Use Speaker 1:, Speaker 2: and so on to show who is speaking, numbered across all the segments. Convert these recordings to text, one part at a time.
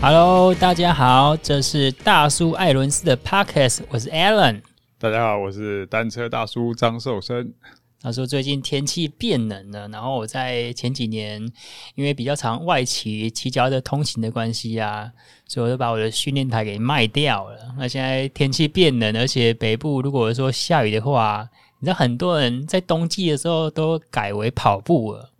Speaker 1: Hello，大家好，这是大叔艾伦斯的 Podcast，我是 Alan。
Speaker 2: 大家好，我是单车大叔张寿生。
Speaker 1: 他说最近天气变冷了，然后我在前几年因为比较常外骑骑脚的通勤的关系啊，所以我就把我的训练台给卖掉了。那现在天气变冷，而且北部如果说下雨的话，你知道很多人在冬季的时候都改为跑步了。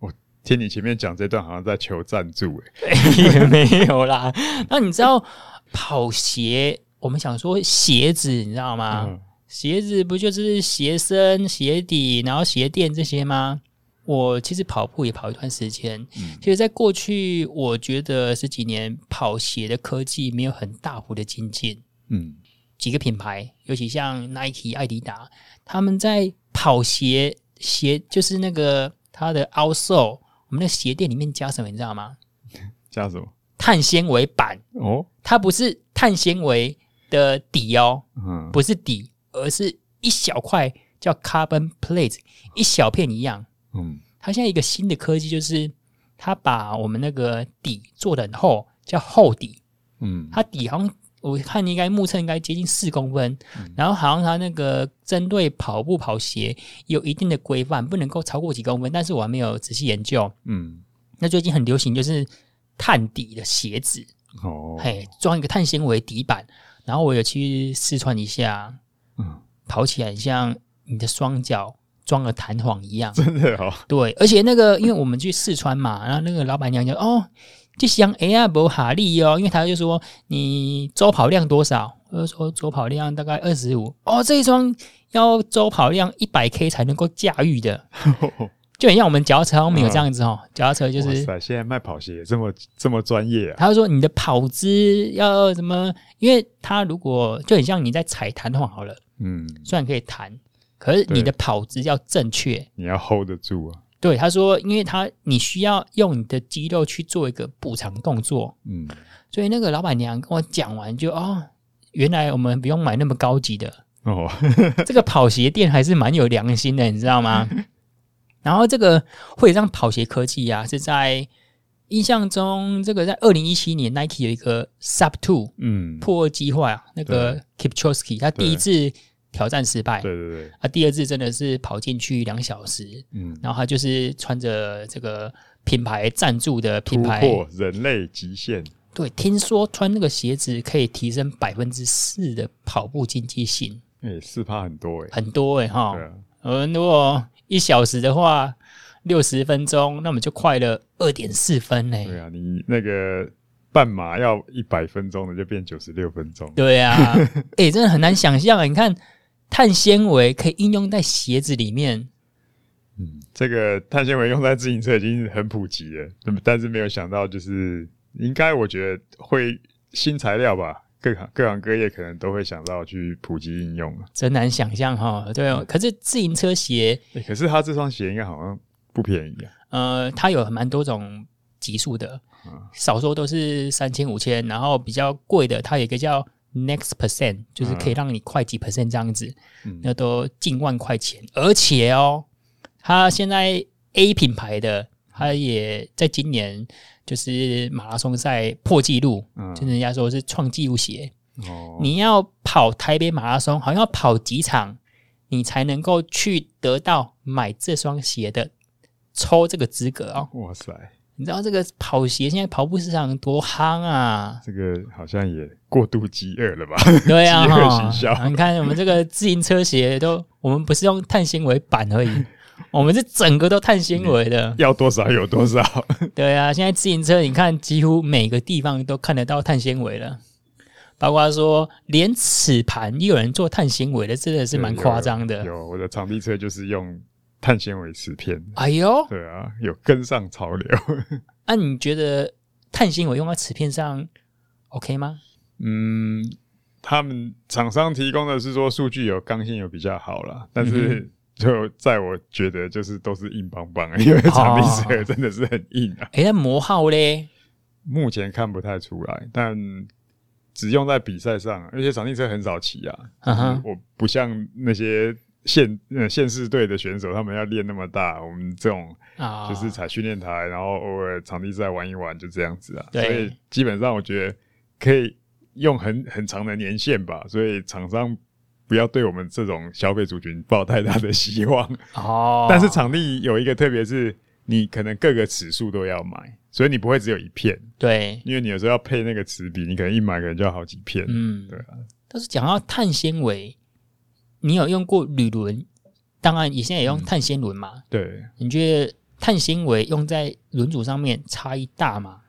Speaker 2: 听你前面讲这段，好像在求赞助欸诶、
Speaker 1: 也没有啦。那你知道跑鞋？我们想说鞋子，你知道吗？
Speaker 2: 嗯
Speaker 1: 鞋子不就是鞋身、鞋底，然后鞋垫这些吗？我其实跑步也跑一段时间，
Speaker 2: 嗯
Speaker 1: 其实，在过去我觉得十几年跑鞋的科技没有很大幅的精进，
Speaker 2: 嗯，
Speaker 1: 几个品牌，尤其像 Nike、艾迪达，他们在跑鞋鞋就是那个它的 outsole，我们的鞋垫里面加什么，你知道吗？
Speaker 2: 加什么？
Speaker 1: 碳纤维板。
Speaker 2: 哦，
Speaker 1: 它不是碳纤维的底哦，
Speaker 2: 嗯，
Speaker 1: 不是底，而是一小块叫 carbon plate，一小片一样。
Speaker 2: 嗯，
Speaker 1: 它现在一个新的科技就是，它把我们那个底做的很厚，叫厚底。
Speaker 2: 嗯，
Speaker 1: 它底好像我看应该目测应该接近四公分，然后好像它那个针对跑步跑鞋有一定的规范，不能够超过几公分，但是我还没有仔细研究。
Speaker 2: 嗯，
Speaker 1: 那最近很流行就是碳底的鞋子，
Speaker 2: 哦，
Speaker 1: 嘿，装一个碳纤维底板，然后我有去试穿一下，
Speaker 2: 嗯，
Speaker 1: 跑起来像你的双脚装了弹簧一样。
Speaker 2: 真的哦，
Speaker 1: 对，而且那个因为我们去试穿嘛，然后那个老板娘就哦，就像哎呀不哈利哦，因为她就说你周跑量多少？我就说周跑量大概二十五，哦，这一双要周跑量一百 K 才能够驾驭的，就很像我们脚踏车，我们有这样子哦，脚踏车 就
Speaker 2: 嗯哇
Speaker 1: 是
Speaker 2: 塞，现在卖跑鞋这么这么专业啊？
Speaker 1: 他说你的跑姿要呃怎么？因为他如果就很像你在踩弹簧好了，
Speaker 2: 嗯，
Speaker 1: 虽然可以弹，可是你的
Speaker 2: 对
Speaker 1: 跑姿要正确。
Speaker 2: 你要 hold 得住啊。
Speaker 1: 对，他说，因为他你需要用你的肌肉去做一个补偿动作，
Speaker 2: 嗯，
Speaker 1: 所以那个老板娘跟我讲完就哦，原来我们不用买那么高级的，
Speaker 2: 哦，
Speaker 1: 这个跑鞋店还是蛮有良心的，你知道吗？然后这个会让跑鞋科技啊，是在印象中，这个在二零一七年 Nike 有一个 Sub Two，
Speaker 2: 嗯，
Speaker 1: 破计划啊，那个 Kipchoski 他第一次挑战失败，
Speaker 2: 对对对，
Speaker 1: 啊，第二次真的是跑进去两小时，
Speaker 2: 嗯，
Speaker 1: 然后他就是穿着这个品牌赞助的
Speaker 2: 突
Speaker 1: 品牌，
Speaker 2: 破人类极限。
Speaker 1: 对，听说穿那个鞋子可以提升百分之四的跑步经济性，
Speaker 2: 哎，四趴很多哎、
Speaker 1: 很多哎、哈
Speaker 2: 对，啊，
Speaker 1: 呃，如果一小时的话，六十分钟，那我们就快了二点四分欸嘞、
Speaker 2: 对啊，你那个半马要一百分钟的，就变九十六分钟。
Speaker 1: 对啊， 哎、真的很难想象啊！你看，碳纤维可以应用在鞋子里面，
Speaker 2: 嗯，这个碳纤维用在自行车已经很普及了，那么但是没有想到，就是应该我觉得会新材料吧，各行各行各业可能都会想到去普及应用啊。
Speaker 1: 真难想象哈。对
Speaker 2: 嗯
Speaker 1: 哦，可是自行车鞋，
Speaker 2: 诶可是它这双鞋应该好像不便宜啊。
Speaker 1: 呃，它有蛮多种级数的
Speaker 2: 嗯，
Speaker 1: 少说都是三千、五千，然后比较贵的，它有一个叫 Next Percent，就是可以让你快几 percent 这样子，
Speaker 2: 嗯
Speaker 1: 那都近万块钱。而且哦，它现在 A 品牌的，它也在今年就是马拉松赛破纪录，
Speaker 2: 嗯
Speaker 1: 就是人家说是创纪录鞋。
Speaker 2: 哦，
Speaker 1: 你要跑台北马拉松，好像要跑几场，你才能够去得到买这双鞋的抽这个资格哦。
Speaker 2: 哇塞，！
Speaker 1: 你知道这个跑鞋现在跑步市场多夯啊
Speaker 2: 这个好像也过度饥饿 了吧？
Speaker 1: 对啊，
Speaker 2: 饥
Speaker 1: 哈
Speaker 2: 饿行销
Speaker 1: 你看我们这个自行车鞋都，我们不是用碳纤维板而 已，我们是整个都碳纤维的。
Speaker 2: 要多少有多少。
Speaker 1: 对啊，现在自行车你看，几乎每个地方都看得到碳纤维了，包括说连齿盘也有人做碳纤维的，真的是蛮
Speaker 2: 对
Speaker 1: 夸张的。
Speaker 2: 有有我的场地车就是用碳纤维瓷片。
Speaker 1: 哎呦，
Speaker 2: 对啊，有跟上潮流。
Speaker 1: 那、你觉得碳纤维用在瓷片上 OK 吗？
Speaker 2: 嗯，他们厂商提供的是说数据有刚性有比较好啦，但
Speaker 1: 嗯
Speaker 2: 是就在我觉得就是都是硬邦邦，因为场地车真的是很硬啊。
Speaker 1: 诶，那磨耗嘞？
Speaker 2: 目前看不太出来，但只用在比赛上，而且场地车很少骑啊。
Speaker 1: 嗯哼
Speaker 2: 我不像那些县呃县市队的选手，他们要练那么大，我们这种
Speaker 1: 啊，
Speaker 2: 就是踩训练台，然后偶尔场地赛玩一玩，就这样子啊。
Speaker 1: 对
Speaker 2: 所以基本上我觉得可以用很很长的年限吧，所以厂商不要对我们这种消费族群抱太大的希望。
Speaker 1: 哦，
Speaker 2: 但是场地有一个特别是，你可能各个尺数都要买，所以你不会只有一片，
Speaker 1: 对，
Speaker 2: 因为你有时候要配那个尺比，你可能一买可能就要好几片。
Speaker 1: 嗯，
Speaker 2: 对啊。
Speaker 1: 但是讲到碳纤维，你有用过铝轮？当然，你现在也用碳纤轮嘛？
Speaker 2: 对，
Speaker 1: 你觉得碳纤维用在轮组上面差异大吗？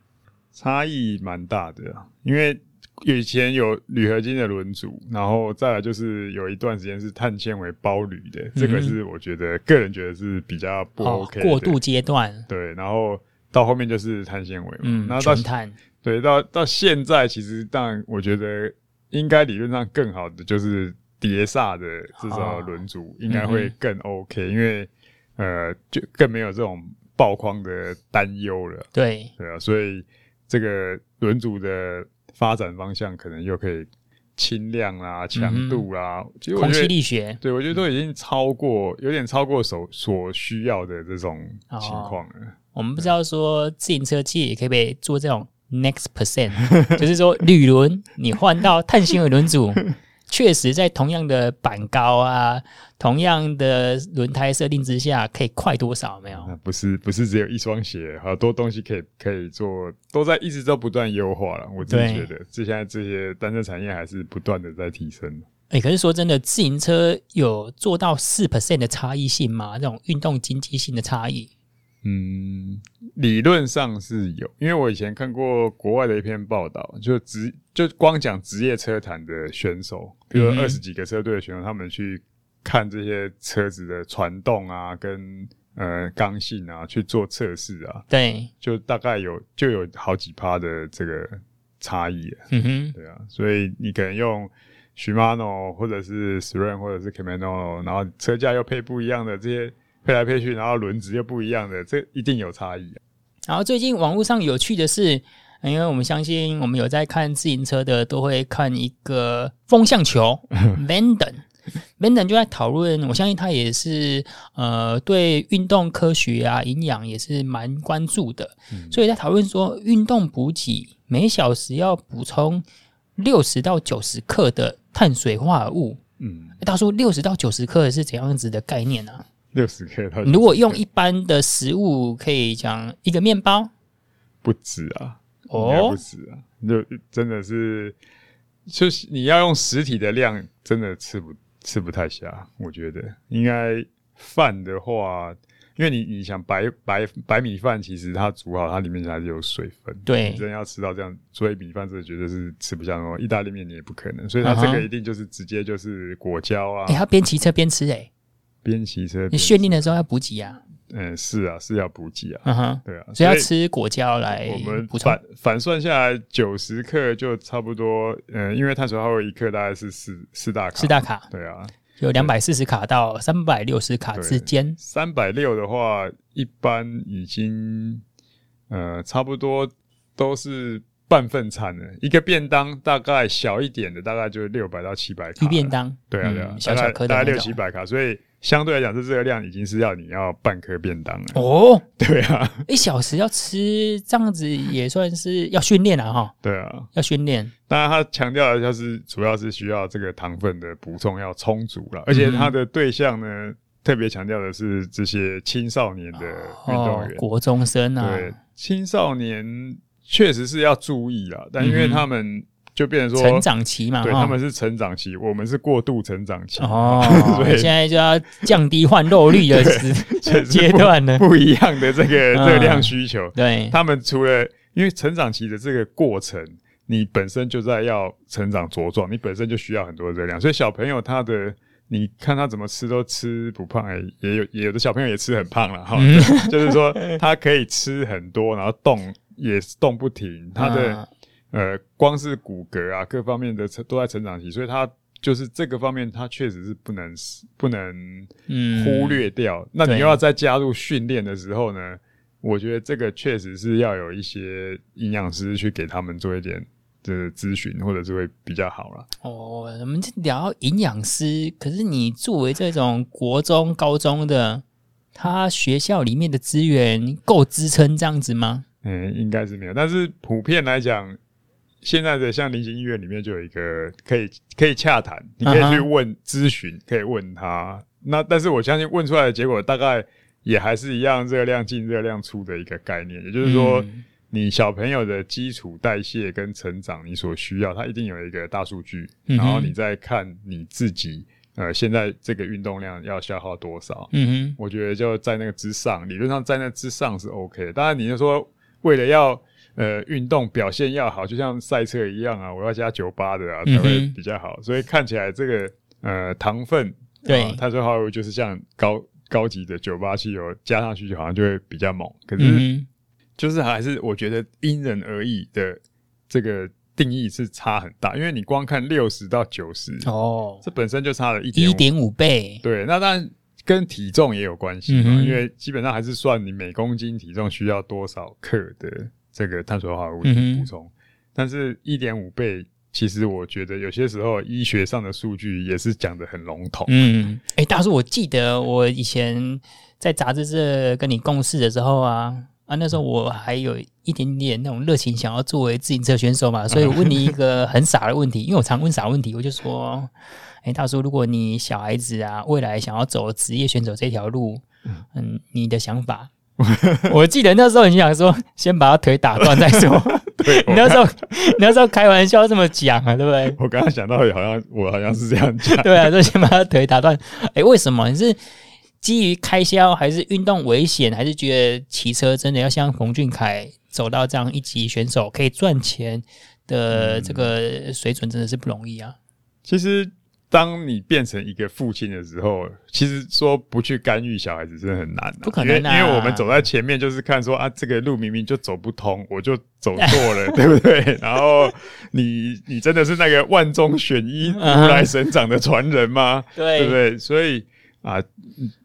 Speaker 2: 差异蛮大的啊，因为以前有铝合金的轮组，然后再来就是有一段时间是碳纤维包铝的，这个是我觉得个人觉得是比较不
Speaker 1: 嗯哦
Speaker 2: OK，、，
Speaker 1: 过渡阶段，
Speaker 2: 对，然后到后面就是碳纤维嘛，
Speaker 1: 嗯
Speaker 2: 然，后到
Speaker 1: 全碳，
Speaker 2: 对到到现在，其实当然我觉得应该理论上更好的就是碟刹的至少
Speaker 1: 哦
Speaker 2: 轮组应该会更 OK，、因为呃就更没有这种爆框的担忧了，
Speaker 1: 对，
Speaker 2: 对啊，所以这个轮组的发展方向可能又可以轻量啦、强度啦，其实我
Speaker 1: 嗯空
Speaker 2: 觉
Speaker 1: 气
Speaker 2: 得。
Speaker 1: 力学，
Speaker 2: 对，我觉得都已经超过，有点超过所所需要的这种
Speaker 1: 哦
Speaker 2: 情况了。
Speaker 1: 我们不知道说自行车界也可以被做这种 next percent，就是 说铝轮你换到碳纤维轮组，确实在同样的板高啊、同样的轮胎设定之下，可以快多少？有没有
Speaker 2: 那，不是不是只有一双鞋，好多东西可以可以做，都在一直都不断优化了。我自己
Speaker 1: 对
Speaker 2: 觉得，这现在这些单车产业还是不断的在提升。
Speaker 1: 哎、可是说真的，自行车有做到四 percent 的差异性吗？这种运动经济性的差异？
Speaker 2: 嗯，理论上是有，因为我以前看过国外的一篇报道，就职就光讲职业车坛的选手，比如
Speaker 1: 嗯哼
Speaker 2: 二十几个车队的选手，他们去看这些车子的传动啊，跟呃刚性啊，去做测试啊，
Speaker 1: 对，
Speaker 2: 就大概有就有好几趴的这个差异了。
Speaker 1: 嗯哼，
Speaker 2: 对啊，所以你可能用 Shimano 或者是 s r e n 或者是 Camano，然后车架又配不一样的这些配来配去，然后轮子又不一样的，这一定有差异、啊。
Speaker 1: 然后最近网络上有趣的是，呃因为我们相信我们有在看自行车的，都会看一个风向球 Vanden。Vanden 就在讨论，我相信他也是呃对运动科学啊、营养也是蛮关注的，所以在讨论说运动补给每小时要补充六十到九十克的碳水化合物。
Speaker 2: 嗯，
Speaker 1: 他说六十到九十克是怎样子的概念呢、啊？
Speaker 2: 六十 K 它
Speaker 1: 如果用一般的食物，可以讲一个面包
Speaker 2: 不止啊，应该
Speaker 1: 哦
Speaker 2: 不，止啊，就真的是，就是你要用实体的量，真的吃不吃不太下。我觉得应该饭的话，因为你你想白白白米饭，其实它煮好，它里面还是有水分。
Speaker 1: 对
Speaker 2: 你真的要吃到这样，所以米饭这绝对是吃不下的。意大利面你也不可能，所以它这
Speaker 1: 嗯
Speaker 2: 个
Speaker 1: 哼
Speaker 2: 一定就是直接就是果胶啊
Speaker 1: 哎、，他边骑车边吃、欸，哎，
Speaker 2: 边骑车
Speaker 1: 你
Speaker 2: 边
Speaker 1: 训练的时候要补给啊，
Speaker 2: 嗯是啊是要补给啊，
Speaker 1: 嗯哼，
Speaker 2: 对啊，
Speaker 1: 所以要吃果胶来
Speaker 2: 我们
Speaker 1: 补充
Speaker 2: 反。反算下来，九十克就差不多，呃，因为碳水化合物一克大概是四四大卡，
Speaker 1: 四大卡
Speaker 2: 对啊，
Speaker 1: 有两百四十卡到三百六十卡
Speaker 2: 对啊
Speaker 1: 之间，
Speaker 2: 三百六的话，一般已经呃差不多都是半份餐了，一个便当大概小一点的大概就六百到七百卡，
Speaker 1: 一便，当
Speaker 2: 对啊对啊
Speaker 1: 嗯，
Speaker 2: 大
Speaker 1: 小
Speaker 2: 概
Speaker 1: 小颗的
Speaker 2: 大概
Speaker 1: 那
Speaker 2: 六七
Speaker 1: 种。
Speaker 2: 百卡，所以相对来讲，这热量已经是要你要半颗便当了，
Speaker 1: 哦，
Speaker 2: 对啊
Speaker 1: 一小时要吃这样子也算是要训练了哈，
Speaker 2: 对啊，
Speaker 1: 要训练。
Speaker 2: 当然，它强调的就是主要是需要这个糖分的补充要充足了，而且它的对象呢，特别强调的是这些青少年的运动
Speaker 1: 哦
Speaker 2: 员。，
Speaker 1: 国中生啊，
Speaker 2: 对，青少年确实是要注意啊，但因为
Speaker 1: 嗯哼
Speaker 2: 他们就变成说
Speaker 1: 成，长期嘛，
Speaker 2: 对
Speaker 1: 哈
Speaker 2: 他们是成长期，我们是过度成长期，，
Speaker 1: 哦
Speaker 2: 所以
Speaker 1: 现在就要降低换肉率的
Speaker 2: 所以
Speaker 1: 时
Speaker 2: 是
Speaker 1: 阶段了。
Speaker 2: 不一样的这个
Speaker 1: 嗯
Speaker 2: 热量需求。
Speaker 1: 对，
Speaker 2: 他们除了因为成长期的这个过程，你本身就在要成长茁壮，你本身就需要很多热量，所以小朋友他的。你看他怎么吃都吃不胖、欸，也有也有的小朋友也吃很胖了哈、就是说他可以吃很多，然后动也动不停，他的、
Speaker 1: 嗯
Speaker 2: 呃，光是骨骼啊各方面的成都在成长期，所以他就是这个方面，他确实是不能不能
Speaker 1: 嗯
Speaker 2: 忽略掉。那你
Speaker 1: 对
Speaker 2: 又要再加入训练的时候呢，我觉得这个确实是要有一些营养师去给他们做一点的咨询，或者是会比较好啦。
Speaker 1: 哦，我们聊到营养师，可是你作为这种国中、高中的，他学校里面的资源够支撑这样子吗？
Speaker 2: 嗯，应该是没有，但是普遍来讲，现在的像流行音乐里面就有一个可以可以洽谈，你可以去
Speaker 1: 嗯哼
Speaker 2: 问咨询，可以问他。那但是我相信问出来的结果大概也还是一样热量进热量出的一个概念，也就是说
Speaker 1: 嗯
Speaker 2: 你小朋友的基础代谢跟成长你所需要，它一定有一个大数据，
Speaker 1: 嗯哼
Speaker 2: 然后你再看你自己呃现在这个运动量要消耗多少，
Speaker 1: 嗯
Speaker 2: 我觉得就在那个之上，理论上在那之上是 OK 的。当然，你就说为了要呃运动表现要好，就像赛车一样啊，我要加九八的啊才会
Speaker 1: 嗯哼
Speaker 2: 比较好。所以看起来这个呃糖分，
Speaker 1: 对
Speaker 2: 啊碳水化合物就是像高高级的九八汽油加上去，好像就会比较猛。可
Speaker 1: 哼，
Speaker 2: 是
Speaker 1: 嗯
Speaker 2: 就是还是我觉得因人而异的这个定义是差很大，因为你光看六十到九十、
Speaker 1: 哼，哦，
Speaker 2: 这本身就差了一点
Speaker 1: 一点五倍，
Speaker 2: 对，那当然跟体重也有关系嘛，
Speaker 1: 嗯哼
Speaker 2: 因为基本上还是算你每公斤体重需要多少克的这个碳水化合物
Speaker 1: 嗯哼
Speaker 2: 补充，但是一点五倍，其实我觉得有些时候医学上的数据也是讲的很笼统。
Speaker 1: 嗯，哎、大叔，我记得我以前在杂志社跟你共事的时候啊，啊，那时候我还有一点点那种热情，想要作为自行车选手嘛，所以我问你一个很傻的问题，因为我常问傻问题，我就说，哎、大叔，如果你小孩子啊，未来想要走职业选手这条路，嗯，你的想法？ 我记得那时候你想说，先把他腿打断再说。
Speaker 2: 对，
Speaker 1: 你
Speaker 2: 我
Speaker 1: 那时候，你那时候开玩笑这么讲啊，对不对？
Speaker 2: 我刚刚想到，好像我好像是这样 讲，
Speaker 1: 对啊，就先把他腿打断。哎、为什么？你是基于开销，还是运动危险，还是觉得骑车真的要像冯俊凯走到这样一级选手可以赚钱的这个水准，真的是不容易啊？
Speaker 2: 其实，当你变成一个父亲的时候，其实说不去干预小孩子真的很难、啊，
Speaker 1: 不可能啊
Speaker 2: 因为因为我们走在前面就是看说啊，这个路明明就走不通，我就走 错了，对不对？然后你你真的是那个万中选一、如
Speaker 1: 嗯
Speaker 2: 来神掌的传人吗？
Speaker 1: 对
Speaker 2: 对不对？所以啊，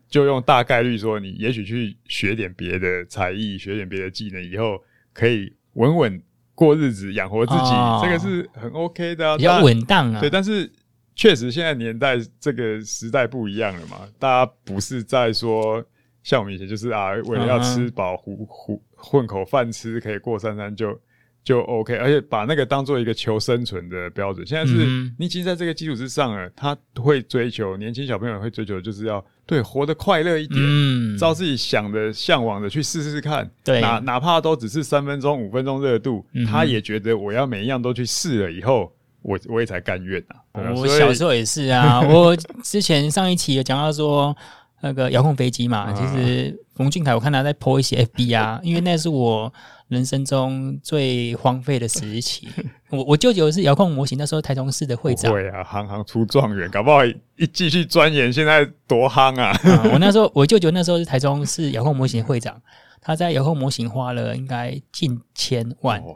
Speaker 2: 就用大概率说，你也许去学点别的才艺，学点别的技能，以后可以稳稳过日子，养活自己，
Speaker 1: 哦
Speaker 2: 这个是很 OK 的、啊，
Speaker 1: 比较
Speaker 2: 当然
Speaker 1: 稳当啊
Speaker 2: 对，。但是确实现在年代这个时代不一样了嘛，大家不是在说像我们以前就是啊，为了要吃饱糊糊混口饭吃，可以过三餐就就 OK，而且把那个当做一个求生存的标准。现在是、
Speaker 1: 嗯哼
Speaker 2: 你已经在这个基础之上了，他会追求年轻小朋友会追求就是要对活得快乐一点。
Speaker 1: 嗯，
Speaker 2: 照自己想的、向往的去试试看，
Speaker 1: 对
Speaker 2: 哪哪怕都只是三分钟、五分钟热度，
Speaker 1: 嗯哼
Speaker 2: 他也觉得我要每一样都去试了以后，我我也才甘愿啊。对啊
Speaker 1: 哦我
Speaker 2: 所以
Speaker 1: 小时候也是 啊，我之前上一期有讲到说那个遥控飞机嘛，
Speaker 2: 啊
Speaker 1: 其实冯俊凯我看他在 po 一些 FB 啊，因为那是我人生中最荒废的时 期。我我舅舅是遥控模型，那时候台中市的会
Speaker 2: 不
Speaker 1: 长。
Speaker 2: 会啊，行行出状元，搞不好一继续钻研，现在多夯啊！
Speaker 1: 啊我那时候我舅舅那时候是台中市遥控模型的会长，他在遥控模型花了应该近千万
Speaker 2: 哦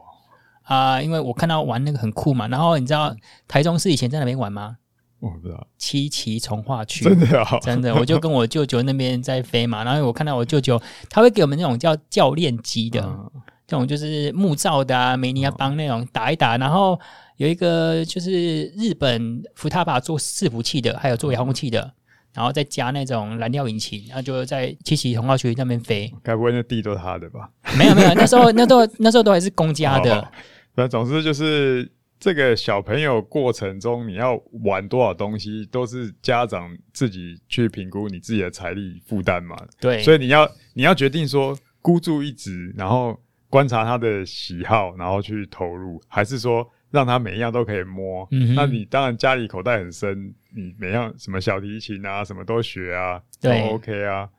Speaker 1: 啊、因为我看到玩那个很酷嘛。然后你知道台中市以前在哪边玩吗？
Speaker 2: 我不知道，
Speaker 1: 七旗从化区，
Speaker 2: 真的 啊，
Speaker 1: 真的，我就跟我舅舅那边在飞嘛，然后我看到我舅舅，他会给我们那种叫教练机的，
Speaker 2: 嗯
Speaker 1: 这种就是木造的啊，梅尼亚邦那种打一打，然后有一个就是日本福塔巴做伺服器的，还有做遥控器
Speaker 2: 嗯
Speaker 1: 的，然后再加那种燃料引擎，然后就在七旗童话区那边飞。
Speaker 2: 该不会那地都是他的吧？
Speaker 1: 没有没有，那时候那时候那时候都还是公家
Speaker 2: 哦
Speaker 1: 的，
Speaker 2: 那总之就是这个小朋友过程中，你要玩多少东西，都是家长自己去评估你自己的财力负担嘛。
Speaker 1: 对，
Speaker 2: 所
Speaker 1: 以
Speaker 2: 以你要你要决定说孤注一掷，然后观察他的喜好，然后去投入，还是说让他每一样都可以摸？
Speaker 1: 嗯哼
Speaker 2: 那你当然家里口袋很深，你每样什么小提琴啊，什么都学啊，都
Speaker 1: 对
Speaker 2: OK 啊，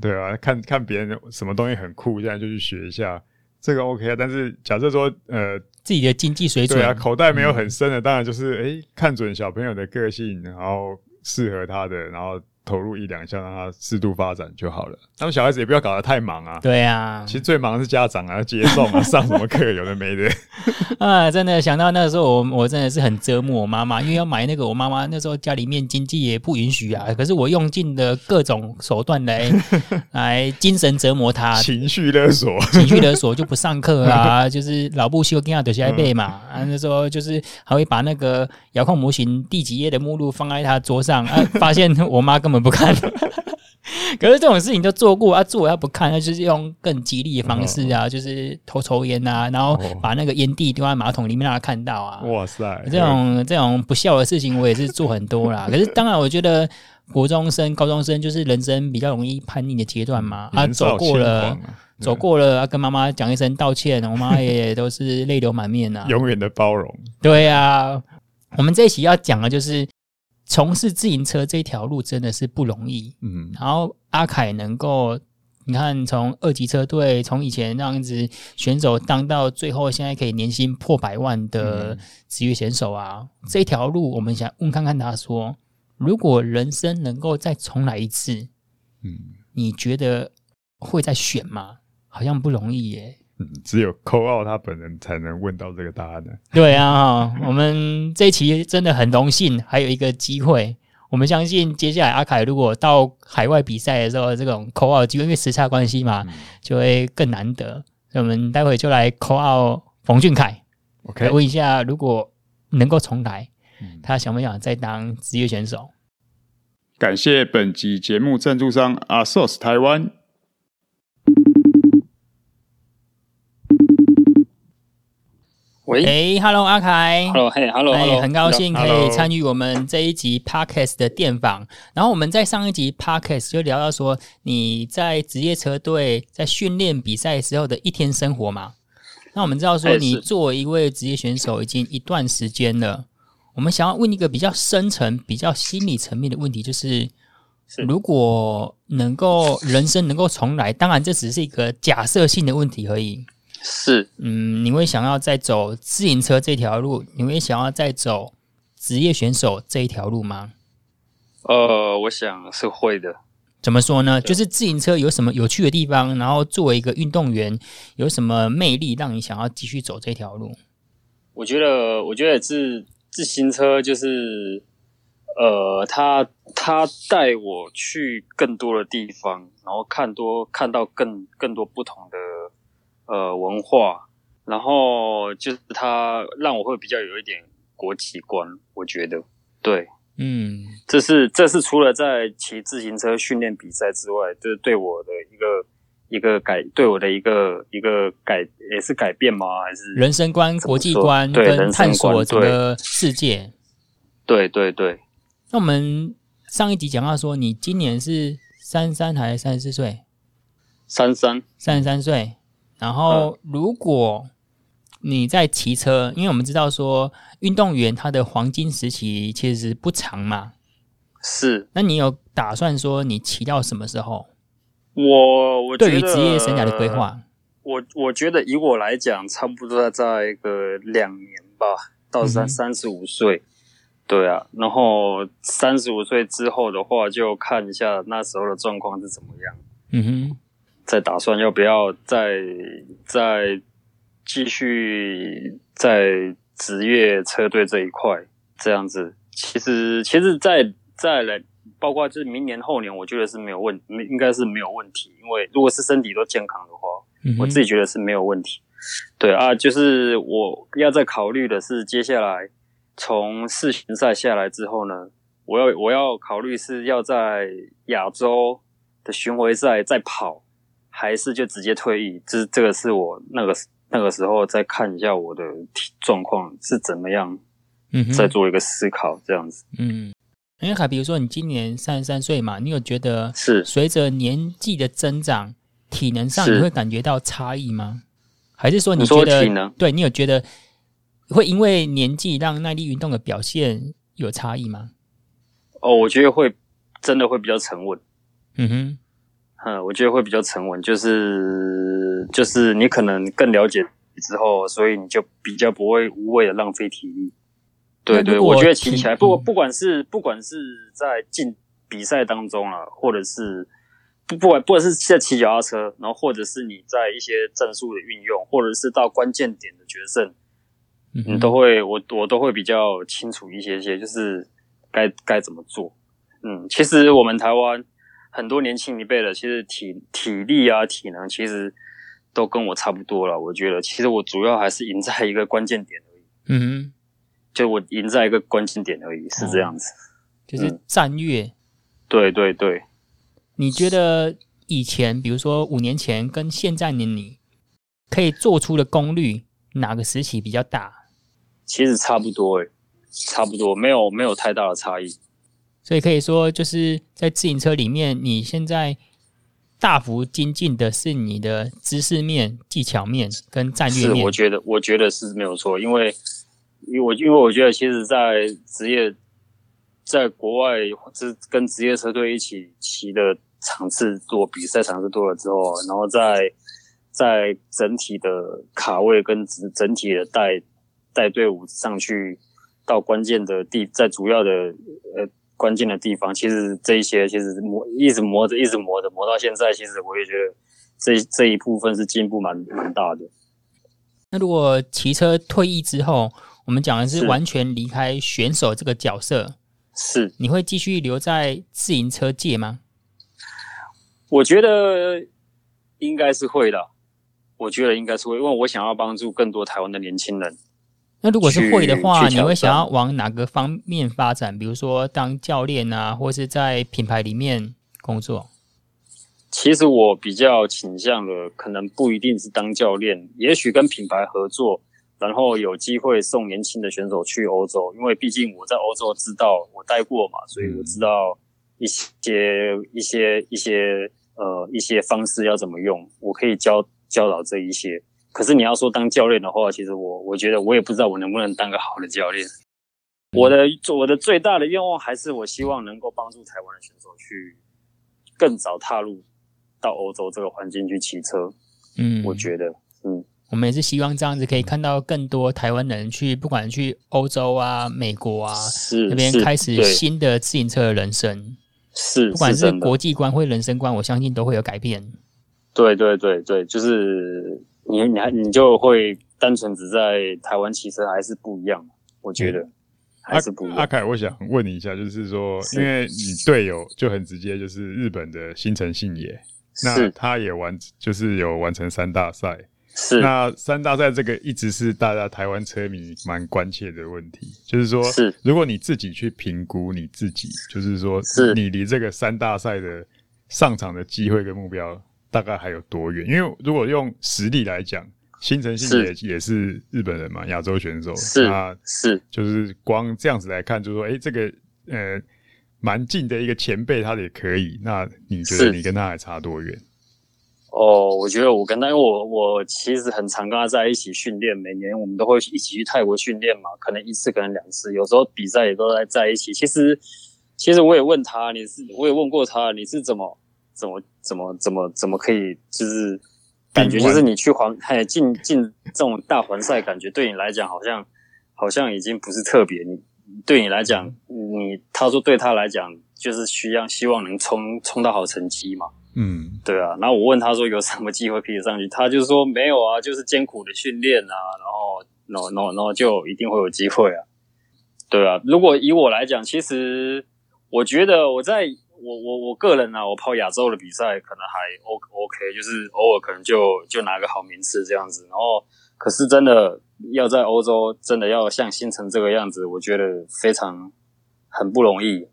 Speaker 2: 对啊，看看别人什么东西很酷，现在就去学一下。这个 OK 啊，但是假设说，呃，
Speaker 1: 自己的经济水准
Speaker 2: 对啊，口袋没有很深
Speaker 1: 嗯
Speaker 2: 的，当然就是诶、看准小朋友的个性，然后适合他的，然后投入一两项，让他适度发展就好了。那么小孩子也不要搞得太忙啊。
Speaker 1: 对啊，
Speaker 2: 其实最忙的是家长啊，接送 啊，上什么课有的没的。
Speaker 1: 啊，真的想到那个时候我，我真的是很折磨我妈妈，因为要买那个，我妈妈那时候家里面经济也不允许啊。可是我用尽了各种手段来 来精神折磨她，
Speaker 2: 情绪勒索，
Speaker 1: 情绪勒索就不上课 啊，就是老不休跟她留下来背
Speaker 2: 嗯
Speaker 1: 嘛。啊，那时候就是还会把那个 遥控模型第几页的目录放在她桌上，啊，发现我妈根本不看。 可是这种事情都做过啊，做他不看，他就是用更激励的方式啊，就是偷抽烟啊，然后
Speaker 2: 嗯哦
Speaker 1: 把那个烟蒂丢在马桶里面让他看到啊。
Speaker 2: 哇塞，
Speaker 1: 这种这种不孝的事情，我也是做很多 啦。可是当然，我觉得国中生、高中生就是人生比较容易叛逆的阶段嘛。啊，
Speaker 2: 年少
Speaker 1: 走过
Speaker 2: 轻
Speaker 1: 了
Speaker 2: 狂，啊
Speaker 1: 走过了，啊、跟妈妈讲一声道歉，我妈也都是泪流满面啊。
Speaker 2: 永远的包容，
Speaker 1: 对啊，我们这一期要讲的就是从事自行车这条路真的是不容易。
Speaker 2: 嗯，
Speaker 1: 然后阿凯能够，你看从二级车队从以前那样子选手当到最后，现在可以年薪破百万的职业选手啊，这条路我们想问看看他说，如果人生能够再重来一次，
Speaker 2: 嗯
Speaker 1: 你觉得会再选吗？好像不容易耶。
Speaker 2: 嗯，只有扣奥他本人才能问到这个答案呢、
Speaker 1: 对啊，哈我们这一期真的很荣幸，还有一个机会。我们相信接下来阿凯如果到海外比赛的时候，这种口号机会，因为时差关系嘛，
Speaker 2: 嗯
Speaker 1: 就会更难得。所以我们待会就来 call out 冯俊凯，
Speaker 2: OK，
Speaker 1: 来问一下，如果能够重来，
Speaker 2: 嗯
Speaker 1: 他想不想再当职业选手？
Speaker 2: 感谢本集节目赞助商 ASOS 台湾。
Speaker 3: 喂
Speaker 1: 诶 h e l l o 阿凯。
Speaker 3: ，Hello，嘿，Hello，
Speaker 1: 哎
Speaker 3: Hello，
Speaker 1: 很高兴可
Speaker 2: Hello
Speaker 1: 以参与我们这一集 podcast 的电访。然后我们在上一集 podcast 就聊到说，你在职业车队在训练比赛时候的一天生活嘛。那我们知道说，
Speaker 3: 哎
Speaker 1: 你
Speaker 3: 是
Speaker 1: 作为一位职业选手已经一段时间了。我们想要问一个比较深层、比较心理层面的问题，就是
Speaker 3: 是
Speaker 1: 如果能够人生能够重来，当然这只是一个假设性的问题而已。
Speaker 3: 是
Speaker 1: 嗯，你会想要再走自行车这条路，你会想要再走职业选手这一条路吗？
Speaker 3: 呃，我想是会的，
Speaker 1: 怎么说呢？就是自行车有什么有趣的地方，然后作为一个运动员有什么魅力，让你想要继续走这条路？
Speaker 3: 我觉得，我觉得自自行车就是，呃，他他带我去更多的地方，然后看多看到更更多不同的呃文化，然后就是他让我会比较有一点国际观，我觉得对。
Speaker 1: 嗯，
Speaker 3: 这是这是除了在骑自行车训练比赛之外，这是对我的一个一个改，对我的一个一个改，也是改变吗？还是
Speaker 1: 人生观、
Speaker 3: 怎么
Speaker 1: 国际
Speaker 3: 说
Speaker 1: 观
Speaker 3: 对
Speaker 1: 跟
Speaker 3: 人生
Speaker 1: 探索
Speaker 3: 观
Speaker 1: 整个世界。
Speaker 3: 对对对，
Speaker 1: 那我们上一集讲到说，你今年是三三还是三十四岁？
Speaker 3: 三三
Speaker 1: 三十三岁。然后，
Speaker 3: 嗯
Speaker 1: 如果你在骑车，因为我们知道说运动员他的黄金时期其实不长嘛，
Speaker 3: 是
Speaker 1: 那你有打算说你骑到什么时候？
Speaker 3: 我我觉
Speaker 1: 对
Speaker 3: 得
Speaker 1: 于职业生涯的规，划，
Speaker 3: 我我觉得以我来讲，差不多在一个两年吧，
Speaker 1: 嗯
Speaker 3: 到
Speaker 1: 哼
Speaker 3: 三三十五岁。对啊，然后三十五岁之后的话，就看一下那时候的状况是怎么样。
Speaker 1: 嗯哼，
Speaker 3: 在打算要不要再再继续在职业车队这一块这样子。其实，其实再再来，包括就是明年后年，我觉得是没有问，没应该是没有问题。因为如果是身体都健康的话，
Speaker 1: 嗯哼
Speaker 3: 我自己觉得是没有问题。对啊，就是我要再考虑的是，接下来从世巡赛下来之后呢，我要我要考虑是要在亚洲的巡回赛再跑，还是就直接退役？这这个是我那个那个时候再看一下我的体状况是怎么样，
Speaker 1: 嗯哼
Speaker 3: 再做一个思考，这样子
Speaker 1: 嗯。因为凯，比如说你今年三十三岁嘛，你有觉得
Speaker 3: 是
Speaker 1: 随着年纪的增长，体能上
Speaker 3: 是
Speaker 1: 你会感觉到差异吗？还是说你
Speaker 3: 你
Speaker 1: 觉
Speaker 3: 说
Speaker 1: 得
Speaker 3: 体能
Speaker 1: 对你有觉得会因为年纪让耐力运动的表现有差异吗？
Speaker 3: 哦，我觉得会真的会比较沉稳。
Speaker 1: 嗯哼，
Speaker 3: 嗯，我觉得会比较沉稳，就是就是你可能更了解之后，所以你就比较不会无谓的浪费体力。对
Speaker 1: 那
Speaker 3: 对，
Speaker 1: 如果
Speaker 3: 我觉得骑起来，
Speaker 1: 体
Speaker 3: 不
Speaker 1: 嗯
Speaker 3: 不管是不管是在进比赛当中啊，或者是不不管不管是在骑脚踏车，然后或者是你在一些战术的运用，或者是到关键点的决胜，
Speaker 1: 嗯哼
Speaker 3: 你都会，我我都会比较清楚一些些，就是该该怎么做。嗯，其实我们台湾很多年轻一辈的，其实体体力啊、体能其实都跟我差不多了。我觉得，其实我主要还是赢在一个关键点而已，
Speaker 1: 嗯哼，
Speaker 3: 就我赢在一个关键点而已，是这样子。
Speaker 1: 就是
Speaker 3: 嗯
Speaker 1: 战略。
Speaker 3: 对对对，
Speaker 1: 你觉得以前，比如说五年前跟现在的你，可以做出的功率哪个时期比较大？
Speaker 3: 其实差不多诶、欸差不多没有没有太大的差异。
Speaker 1: 所以可以说，就是在自行车里面，你现在大幅精进的是你的知识面、技巧面跟战略
Speaker 3: 是，
Speaker 1: 面
Speaker 3: 我。觉得我觉得是没有错，因为因为我因为我觉得其实，在职业在国外是跟职业车队一起骑的场次多，比赛场次多了之后，然后在在整体的卡位跟整整体的带带队伍上去到关键的地，在主要的呃。关键的地方，其实这一些其实磨一直磨着，一直磨着，磨到现在，其实我也觉得这这一部分是进步蛮蛮大的。
Speaker 1: 那如果骑车退役之后，我们讲的是
Speaker 3: 是
Speaker 1: 完全离开选手这个角色，
Speaker 3: 是，
Speaker 1: 你会继续留在自行车界吗？
Speaker 3: 我觉得应该是会的，我觉得应该是会，因为我想要帮助更多台湾的年轻人。
Speaker 1: 那如果是
Speaker 3: 去
Speaker 1: 会的话，
Speaker 3: 去
Speaker 1: 你
Speaker 3: 挑
Speaker 1: 会想
Speaker 3: 战
Speaker 1: 要往哪个方面发展？比如说当教练啊，或是在品牌里面工作？
Speaker 3: 其实我比较倾向的，可能不一定是当教练，也许跟品牌合作，然后有机会送年轻的选手去欧洲，因为毕竟我在欧洲知道我待过嘛，所以我知道一些、一些一些呃一些方式要怎么用，我可以教教导这一些。可是你要说当教练的话，其实我我觉得我也不知道我能不能当个好的教练。我的我的最大的愿望还是我希望能够帮助台湾的选手去更早踏入到欧洲这个环境去骑车。
Speaker 1: 嗯，
Speaker 3: 我觉得，嗯，
Speaker 1: 我们也是希望这样子可以看到更多台湾人去，不管去欧洲啊、美国啊
Speaker 3: 是
Speaker 1: 那边
Speaker 3: 是
Speaker 1: 开始
Speaker 3: 对
Speaker 1: 新的自行车的人生，
Speaker 3: 是
Speaker 1: 不管
Speaker 3: 是
Speaker 1: 是
Speaker 3: 真的
Speaker 1: 国际观或人生观，我相信都会有改变。
Speaker 3: 对对对对，就是你你还你就会单纯只在台湾骑车还是不一样，我觉得、还是不一
Speaker 2: 啊
Speaker 1: 啊
Speaker 2: 阿
Speaker 3: 样。
Speaker 2: 凯，我想问你一下，就是说，
Speaker 3: 是
Speaker 2: 因为你队友就很直接，就是日本的新城信也，那
Speaker 3: 是
Speaker 2: 他也完就是有完成三大赛。
Speaker 3: 是
Speaker 2: 那三大赛这个一直是大家台湾车迷蛮关切的问题，就是说，
Speaker 3: 是
Speaker 2: 如果你自己去评估你自己，就是说，
Speaker 3: 是
Speaker 2: 你离这个三大赛的上场的机会跟目标大概还有多远？因为如果用实力来讲，新城信也也是日本人嘛，亚洲选手，
Speaker 3: 是
Speaker 2: 那
Speaker 3: 是
Speaker 2: 就是光这样子来看，就说，哎、这个呃蛮近的一个前辈，他也可以。那你觉得
Speaker 3: 是
Speaker 2: 你跟他还差多远？
Speaker 3: 哦，我觉得我跟他，因为我我其实很常跟他在一起训练，每年我们都会一起去泰国训练嘛，可能一次，可能两次，有时候比赛也都在在一起。其实，其实我也问他，你是我也问过他，你是怎么怎么怎么怎么怎么可以，就是感觉
Speaker 2: 并
Speaker 3: 就
Speaker 2: 完
Speaker 3: 是你去环哎进进这种大环赛，感觉对你来讲好像好像已经不是特别，你对你来讲，你他说对他来讲就是需要希望能冲冲到好成绩嘛。
Speaker 2: 嗯，
Speaker 3: 对啊，然后我问他说有什么机会可以上去，他就说没有啊， 就是艰苦的训练啊，然后，然后，然后，然后就一定会有机会啊。对啊，如果以我来讲，其实我觉得我在我我我个人啊，我跑亚洲的比赛可能还 O OK，就是偶尔可能就就拿个好名次这样子。然后，可是真的要在欧洲，真的要像新城这个样子，我觉得非常很不容易。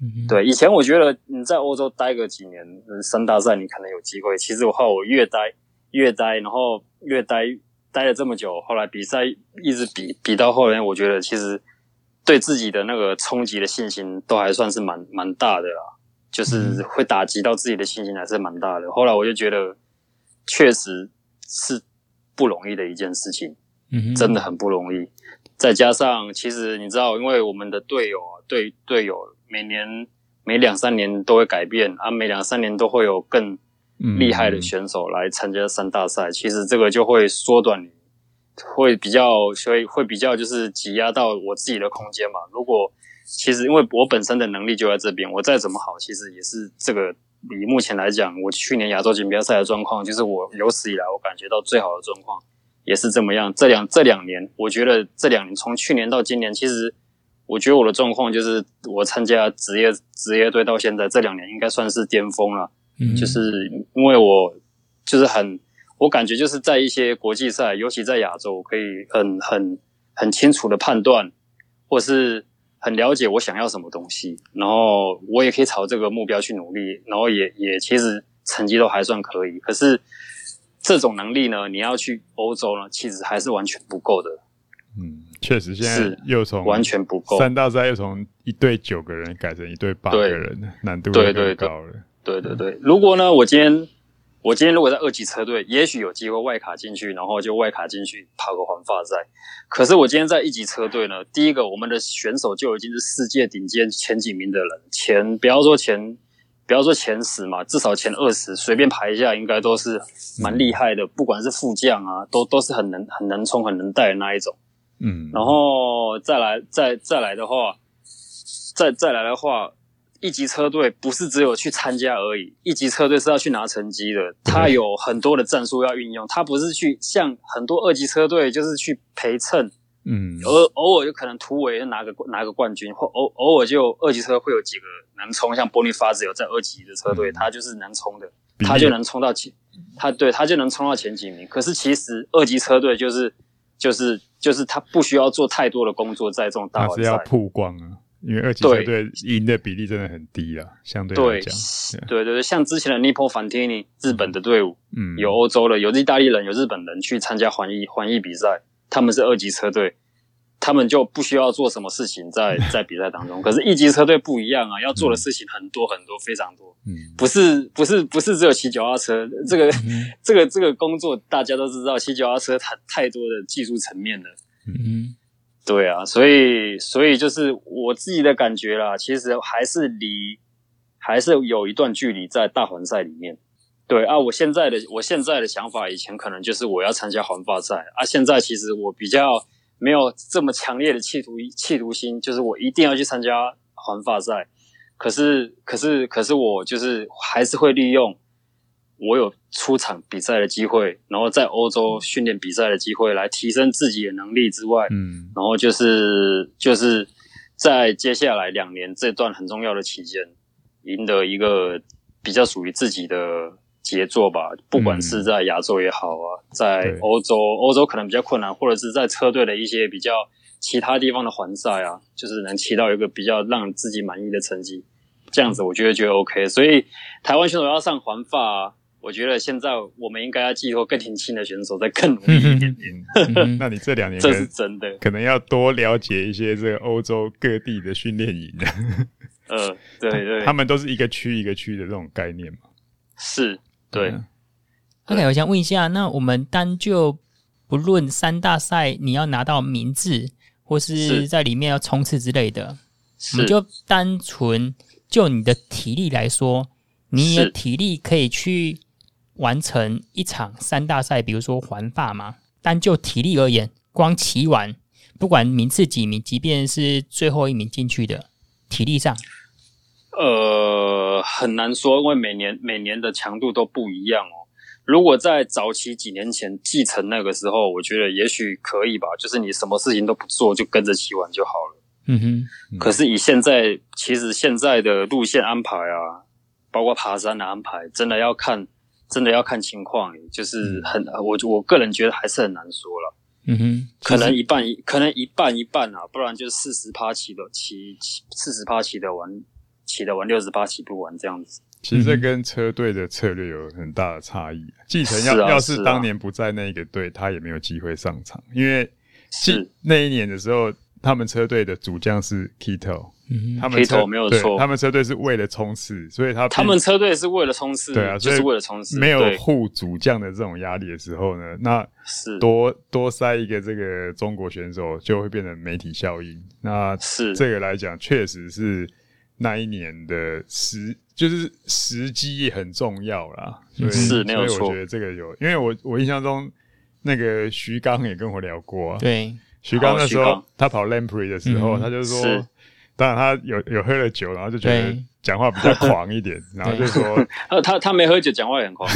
Speaker 1: 嗯，，
Speaker 3: 对，以前我觉得你在欧洲待个几年，嗯三大赛你可能有机会。其实我后来我越待越待，然后越待待了这么久，后来比赛一直比比到后来，我觉得其实对自己的那个冲击的信心都还算是蛮蛮大的啦，就是会打击到自己的信心还是蛮大的。后来我就觉得，确实是不容易的一件事情。
Speaker 1: 嗯，
Speaker 3: 真的，很不容易。再加上，其实你知道，因为我们的队友啊，队队友每年每两三年都会改变啊，每两三年都会有更
Speaker 2: 嗯
Speaker 3: 厉害的选手来参加三大赛，其实这个就会缩短你，会比较，所以会比较就是挤压到我自己的空间嘛。如果其实因为我本身的能力就在这边，我再怎么好，其实也是这个。以目前来讲，我去年亚洲锦标赛的状况，就是我有史以来我感觉到最好的状况，也是这么样。这两这两年，我觉得这两年从去年到今年，其实我觉得我的状况就是我参加职业职业队到现在这两年，应该算是巅峰了。
Speaker 1: 嗯
Speaker 3: 就是因为我就是很，我感觉就是在一些国际赛，尤其在亚洲，我可以很很很清楚的判断，或是很了解我想要什么东西，然后我也可以朝这个目标去努力，然后也也其实成绩都还算可以。可是这种能力呢，你要去欧洲呢，其实还是完全不够的，
Speaker 2: 嗯，确实现在
Speaker 3: 是
Speaker 2: 又从
Speaker 3: 完全不够。
Speaker 2: 三大赛又从一队九个人改成一队八个
Speaker 3: 对
Speaker 2: 人，难度
Speaker 3: 对
Speaker 2: 又
Speaker 3: 对
Speaker 2: 更
Speaker 3: 对
Speaker 2: 高了。
Speaker 3: 对对对，如果呢，我今天我今天如果在二级车队，也许有机会外卡进去，然后就外卡进去跑个环法赛。可是我今天在一级车队呢，第一个我们的选手就已经是世界顶尖前几名的人，前不要说前不要说前十嘛，至少前二十，随便排一下应该都是蛮厉害的，不管是副将啊，都都是很能很能冲、很能带的那一种。
Speaker 2: 嗯，
Speaker 3: 然后再来再再来的话，再再来的话，一级车队不是只有去参加而已，一级车队是要去拿成绩的，它有很多的战术要运用，它不是去像很多二级车队就是去陪衬，
Speaker 2: 嗯，
Speaker 3: 偶偶尔有可能突围拿个拿个冠军，或偶偶尔就二级车会有几个能冲，像波利法兹有在二级的车队，
Speaker 2: 嗯
Speaker 3: 他就是能冲的，
Speaker 2: 比例啊
Speaker 3: 他就能冲到前，他对他就能冲到前几名。可是其实二级车队就是就是就是他不需要做太多的工作，在这种大
Speaker 2: 它
Speaker 3: 环
Speaker 2: 是要
Speaker 3: 赛。
Speaker 2: 曝光啊，因为二级车
Speaker 3: 对
Speaker 2: 队赢的比例真的很低啊，相对来
Speaker 3: 对
Speaker 2: 讲，
Speaker 3: 对对对，像之前的 Nippo Fantini 日本的队伍，
Speaker 2: 嗯，
Speaker 3: 有欧洲的，有意大利人，有日本人去参加环意环意比赛，他们是二级车队，他们就不需要做什么事情在在比赛当中。可是，一级车队不一样啊，要做的事情很多很多，非常多，
Speaker 2: 嗯，
Speaker 3: 不是不是不是只有骑脚踏车，这个 这个这个工作大家都知道，骑脚踏车太太多的技术层面了。
Speaker 1: 嗯，
Speaker 3: 对啊，所以所以就是我自己的感觉啦，其实还是离还是有一段距离在大环赛里面。对啊，我现在的我现在的想法，以前可能就是我要参加环法赛啊，现在其实我比较没有这么强烈的企图企图心，就是我一定要去参加环法赛。可是可是可是我就是还是会利用我有出场比赛的机会，然后在欧洲训练比赛的机会来提升自己的能力之外，
Speaker 2: 嗯，
Speaker 3: 然后就是就是在接下来两年这段很重要的期间，赢得一个比较属于自己的杰作吧，不管是在亚洲也好啊，在
Speaker 2: 对
Speaker 3: 欧洲，欧洲可能比较困难，或者是在车队的一些比较其他地方的环赛啊，就是能骑到一个比较让自己满意的成绩，这样子我觉得觉得 OK。所以台湾选手要上环法啊、我觉得现在我们应该要寄托更年轻的选手，再更努力一点点，
Speaker 1: 嗯 嗯
Speaker 2: 那你这两年可
Speaker 3: 这是
Speaker 2: 能
Speaker 3: 真的。
Speaker 2: 可能要多了解一些这个欧洲各地的训练营，啊
Speaker 3: 呃，对 对，
Speaker 2: 他们都是一个区一个区的这种概念嘛，
Speaker 3: 是，对，
Speaker 2: 嗯
Speaker 1: OK，我想问一下，那我们单就不论三大赛，你要拿到名字或是
Speaker 3: 是
Speaker 1: 在里面要冲刺之类的，我
Speaker 3: 是
Speaker 1: 们就单纯就你的体力来说，你的
Speaker 3: 是
Speaker 1: 体力可以去完成一场三大赛，比如说环法吗？单就体力而言，光骑完，不管名次几名，即便是最后一名进去的，体力上，
Speaker 3: 呃，很难说，因为每年每年的强度都不一样哦。如果在早期几年前继承那个时候，我觉得也许可以吧，就是你什么事情都不做，就跟着骑完就好了。
Speaker 1: 嗯哼，
Speaker 2: 嗯
Speaker 3: 可是以现在，其实现在的路线安排啊，包括爬山的安排，真的要看，真的要看情况，
Speaker 2: 嗯
Speaker 3: 就是很，我我个人觉得还是很难说了。
Speaker 1: 嗯哼，
Speaker 3: 可能
Speaker 1: 其实
Speaker 3: 一半一，可能一半一半啊，不然就四十趴骑的骑四十趴骑的完，骑的完六十趴骑不完这样子。
Speaker 2: 其实这跟车队的策略有很大的差异。继承要
Speaker 3: 是啊
Speaker 2: 要
Speaker 3: 是
Speaker 2: 是
Speaker 3: 啊
Speaker 2: 当年不在那个队，他也没有机会上场，因为继
Speaker 3: 是
Speaker 2: 那一年的时候，他们车队的主将是 Kito，
Speaker 1: 嗯哼，
Speaker 2: 他们车
Speaker 3: Kittel 没有
Speaker 2: 对
Speaker 3: 错
Speaker 2: 他们车队是为了冲刺，所以他并
Speaker 3: 他们车队是为了冲刺，
Speaker 2: 对啊，
Speaker 3: 就
Speaker 2: 所以
Speaker 3: 是为了冲刺，
Speaker 2: 没有
Speaker 3: 对
Speaker 2: 护主将的这种压力的时候呢，那
Speaker 3: 是
Speaker 2: 多多塞一个这个中国选手，就会变成媒体效应。那
Speaker 3: 是
Speaker 2: 这个来讲，确实是那一年的时，就是时机也很重要啦。所以
Speaker 1: 是
Speaker 2: 所以
Speaker 3: 没有错
Speaker 2: 我觉得这个有，因为我我印象中，那个徐刚也跟我聊过啊。，
Speaker 1: 对，
Speaker 2: 徐刚那时
Speaker 3: 好徐
Speaker 2: 候
Speaker 3: 刚
Speaker 2: 他跑 Lamprey 的时候，
Speaker 1: 嗯
Speaker 2: 他就说
Speaker 3: 是，
Speaker 2: 当然他有有喝了酒，然后就觉得
Speaker 1: 对
Speaker 2: 讲话比较狂一点，然后就说，
Speaker 3: 呃，他他没喝酒，讲话也很狂。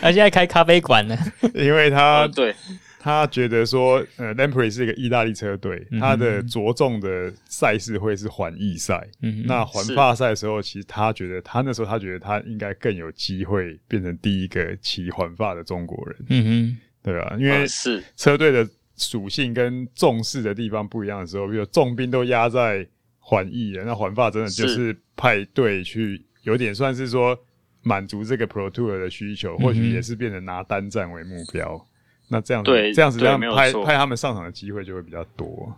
Speaker 1: 他现在开咖啡馆呢，
Speaker 2: 因为他
Speaker 3: 呃对，
Speaker 2: 他觉得说，呃，Lamprey 是一个意大利车队，
Speaker 1: 嗯哼
Speaker 2: 他的着重的赛事会是环意赛。
Speaker 1: 嗯哼，
Speaker 2: 那环法赛的时候，其实他觉得他那时候他觉得他应该更有机会变成第一个骑环法的中国人，
Speaker 1: 嗯哼。
Speaker 2: 对吧、因为
Speaker 3: 呃是
Speaker 2: 车队的属性跟重视的地方不一样的时候，比如重兵都压在环意了，那环法真的就是派队去，有点算是说满足这个 Pro Tour 的需
Speaker 3: 嗯
Speaker 2: 求，或许也是变成拿单战为目标。那这样子
Speaker 3: 对
Speaker 2: 这样子
Speaker 3: 对
Speaker 2: 让
Speaker 3: 没有
Speaker 2: 派
Speaker 3: 错
Speaker 2: 派他们上场的机会就会比较多。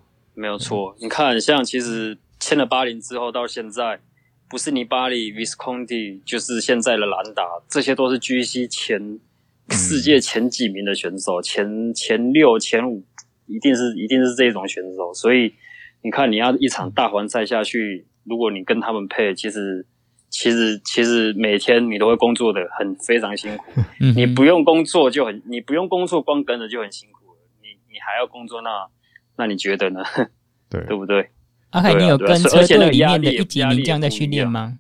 Speaker 1: 嗯
Speaker 3: 没有错。你看，像其实签了巴林之后到现在，不是尼巴里、Visconti，就是现在的兰达，这些都是 GC 前
Speaker 1: 嗯
Speaker 3: 世界前几名的选手，前前六、前五，一定是一定是这种选手。所以你看，你要一场大环赛下去，如果你跟他们配，其实。其实，其实每天你都会工作的很非常辛苦，
Speaker 1: 嗯哼
Speaker 3: 你不用工作就很，你不用工作光跟着就很辛苦了，你你还要工作那，那你觉得呢？
Speaker 2: 对
Speaker 3: 对不对？
Speaker 1: 阿凯，你有
Speaker 3: 对啊
Speaker 1: 跟
Speaker 3: 对啊
Speaker 1: 车
Speaker 3: 而且那
Speaker 1: 队
Speaker 3: 个
Speaker 1: 里
Speaker 3: 压
Speaker 1: 面的
Speaker 3: 力
Speaker 1: 一级
Speaker 3: 压力啊
Speaker 1: 名
Speaker 3: 也
Speaker 1: 将在
Speaker 3: 不
Speaker 1: 训
Speaker 3: 一
Speaker 1: 练
Speaker 3: 样
Speaker 1: 吗？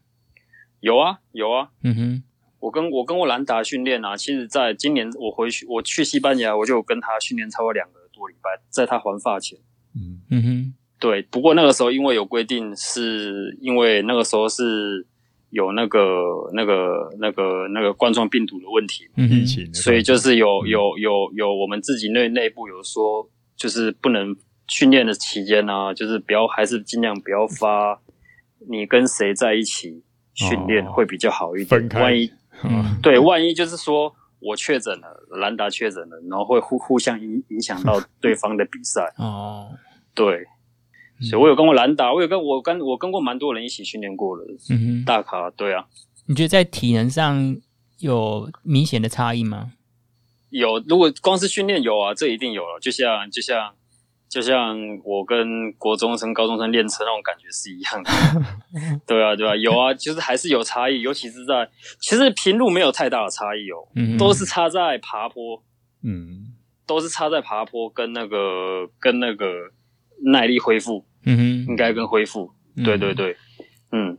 Speaker 3: 有啊，有啊。
Speaker 1: 嗯哼，
Speaker 3: 我跟我跟我兰达训练啊，其实在今年我回去我去西班牙，我就有跟他训练超过两个多礼拜，在他还发前。
Speaker 2: 嗯，
Speaker 1: 嗯哼，
Speaker 3: 对，不过那个时候因为有规定，是因为那个时候是有那个那个那个那个冠状病毒的问题，
Speaker 1: 嗯
Speaker 2: 疫
Speaker 1: 哼，
Speaker 2: 情的关系，
Speaker 3: 所以就是有
Speaker 2: 嗯
Speaker 3: 有有有我们自己内内部有说，就是不能训练的期间啊，就是不要还是尽量不要发你跟谁在一起训练
Speaker 2: 哦
Speaker 3: 会比较好一点。
Speaker 2: 分开
Speaker 3: 万一
Speaker 1: 嗯
Speaker 3: 对，万一就是说我确诊了，兰达确诊了，然后会互互相影影响 到对方的比赛。
Speaker 1: 哦，
Speaker 3: 对，
Speaker 1: 嗯
Speaker 3: 所以我有跟过兰达，我有跟我跟我跟过蛮多人一起训练过的
Speaker 1: 嗯哼，
Speaker 3: 大咖，对啊，
Speaker 1: 你觉得在体能上有明显的差异吗？
Speaker 3: 有，如果光是训练有啊，这一定有了。就像就像就像我跟国中生、高中生练车那种感觉是一样的。 对啊，对啊，有啊，就是还是有差异，尤其是在其实平路没有太大的差异哦，
Speaker 1: 嗯哼，
Speaker 3: 都是差在爬坡，
Speaker 2: 嗯，
Speaker 3: 都是差在爬坡跟那个跟那个耐力恢复，
Speaker 1: 嗯
Speaker 3: 应该跟恢复。
Speaker 1: 哼，
Speaker 3: 对对
Speaker 1: 嗯。
Speaker 3: 对，嗯，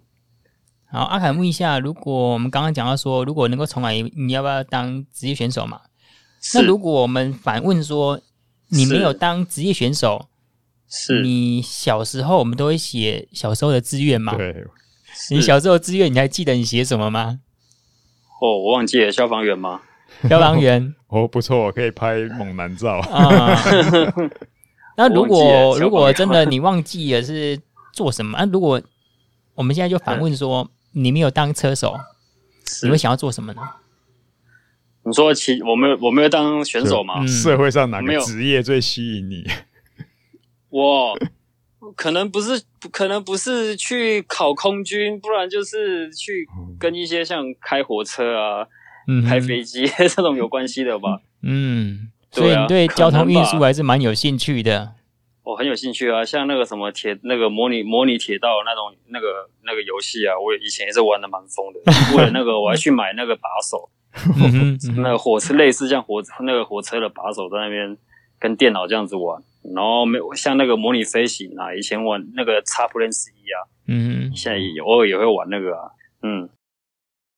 Speaker 1: 好，阿凯问一下，如果我们刚刚讲到说，如果能够重来，你要不要当职业选手嘛？
Speaker 3: 是
Speaker 1: 那如果我们反问说，你没有
Speaker 3: 是
Speaker 1: 当职业选手，
Speaker 3: 是
Speaker 1: 你小时候我们都会写小时候的志愿
Speaker 3: 啊
Speaker 1: 嘛？
Speaker 2: 对，
Speaker 1: 你
Speaker 3: 是
Speaker 1: 小时候志愿，你还记得你写什么 吗？
Speaker 3: 哦，我忘记了消防员吗？
Speaker 1: 消防员
Speaker 2: 哦，不错，可以拍猛男 照。
Speaker 1: 啊。那如
Speaker 3: 我忘记了消防
Speaker 1: 果
Speaker 3: 员
Speaker 1: 如果真的你忘记了是做什么，那、啊如果我们现在就反问说，你没有当车手，
Speaker 3: 是
Speaker 1: 你会想要做什么呢？
Speaker 3: 你说骑，我没有我没有当选手吗？
Speaker 1: 嗯
Speaker 2: 社会上哪个
Speaker 3: 没有
Speaker 2: 职业最吸引你？
Speaker 3: 我可能不是，可能不是去考空军，不然就是去跟一些像开火车啊、
Speaker 1: 哦嗯，
Speaker 3: 开飞机 这种有关系的吧。
Speaker 1: 嗯，所
Speaker 3: 对
Speaker 1: 以
Speaker 3: 啊
Speaker 1: 你对交通运
Speaker 3: 可
Speaker 1: 输
Speaker 3: 能吧
Speaker 1: 还是蛮有兴趣 的。
Speaker 3: 我很有兴趣啊，像那个什么铁那个模拟模拟铁道那种那个那个游戏啊，我以前也是玩的蛮疯的。为了那个，我还去买那个把手，
Speaker 1: 嗯哼嗯
Speaker 3: 那个火车类似像火那个火车的把手在那边跟电脑这样子玩，然后没有像那个模拟飞行啊，以前玩那个 x p l a n 十一啊，
Speaker 1: 嗯哼，
Speaker 3: 现在也偶尔也会玩那个啊，嗯。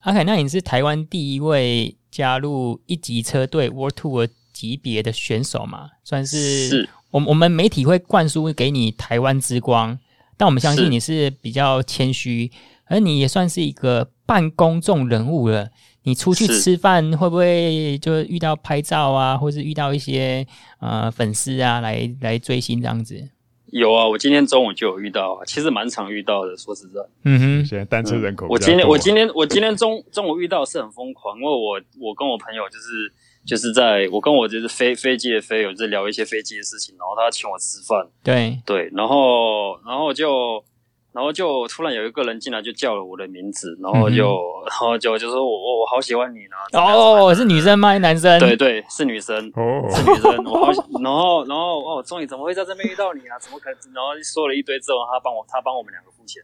Speaker 1: 阿凯，那你是台湾第一位加入一级车队 World Tour 级别的选手嘛？算是
Speaker 3: 是
Speaker 1: 我们我们媒体会灌输给你台湾之光，但我们相信
Speaker 3: 是
Speaker 1: 你是比较谦虚，而你也算是一个半公众人物了。你出去
Speaker 3: 是
Speaker 1: 吃饭会不会就遇到拍照啊，或是遇到一些呃粉丝啊来来追星这样子？
Speaker 3: 有啊，我今天中午就有遇到啊，其实蛮常遇到的。说实在，
Speaker 1: 嗯哼，
Speaker 2: 现在 单车人口比较多，
Speaker 3: 我今天我今天我今天中中午遇到是很疯狂，因为我我跟我朋友就是就是在我跟我就是飞飞机的飞友在聊一些飞机的事情，然后他请我吃饭，
Speaker 1: 对，
Speaker 3: 对，然后然后就然后就突然有一个人进来就叫了我的名字，然后
Speaker 2: 嗯
Speaker 3: 就、 然后就就说我我我好喜欢你呢，怎么样
Speaker 1: 哦，嗯是女生吗？还是男生？
Speaker 3: 对对是女生，
Speaker 2: 哦，
Speaker 3: 是女生，我好喜，然后然后哦，终于怎么会在这边遇到你啊？怎么可能？然后说了一堆之后，他帮我，他帮我们两个付钱，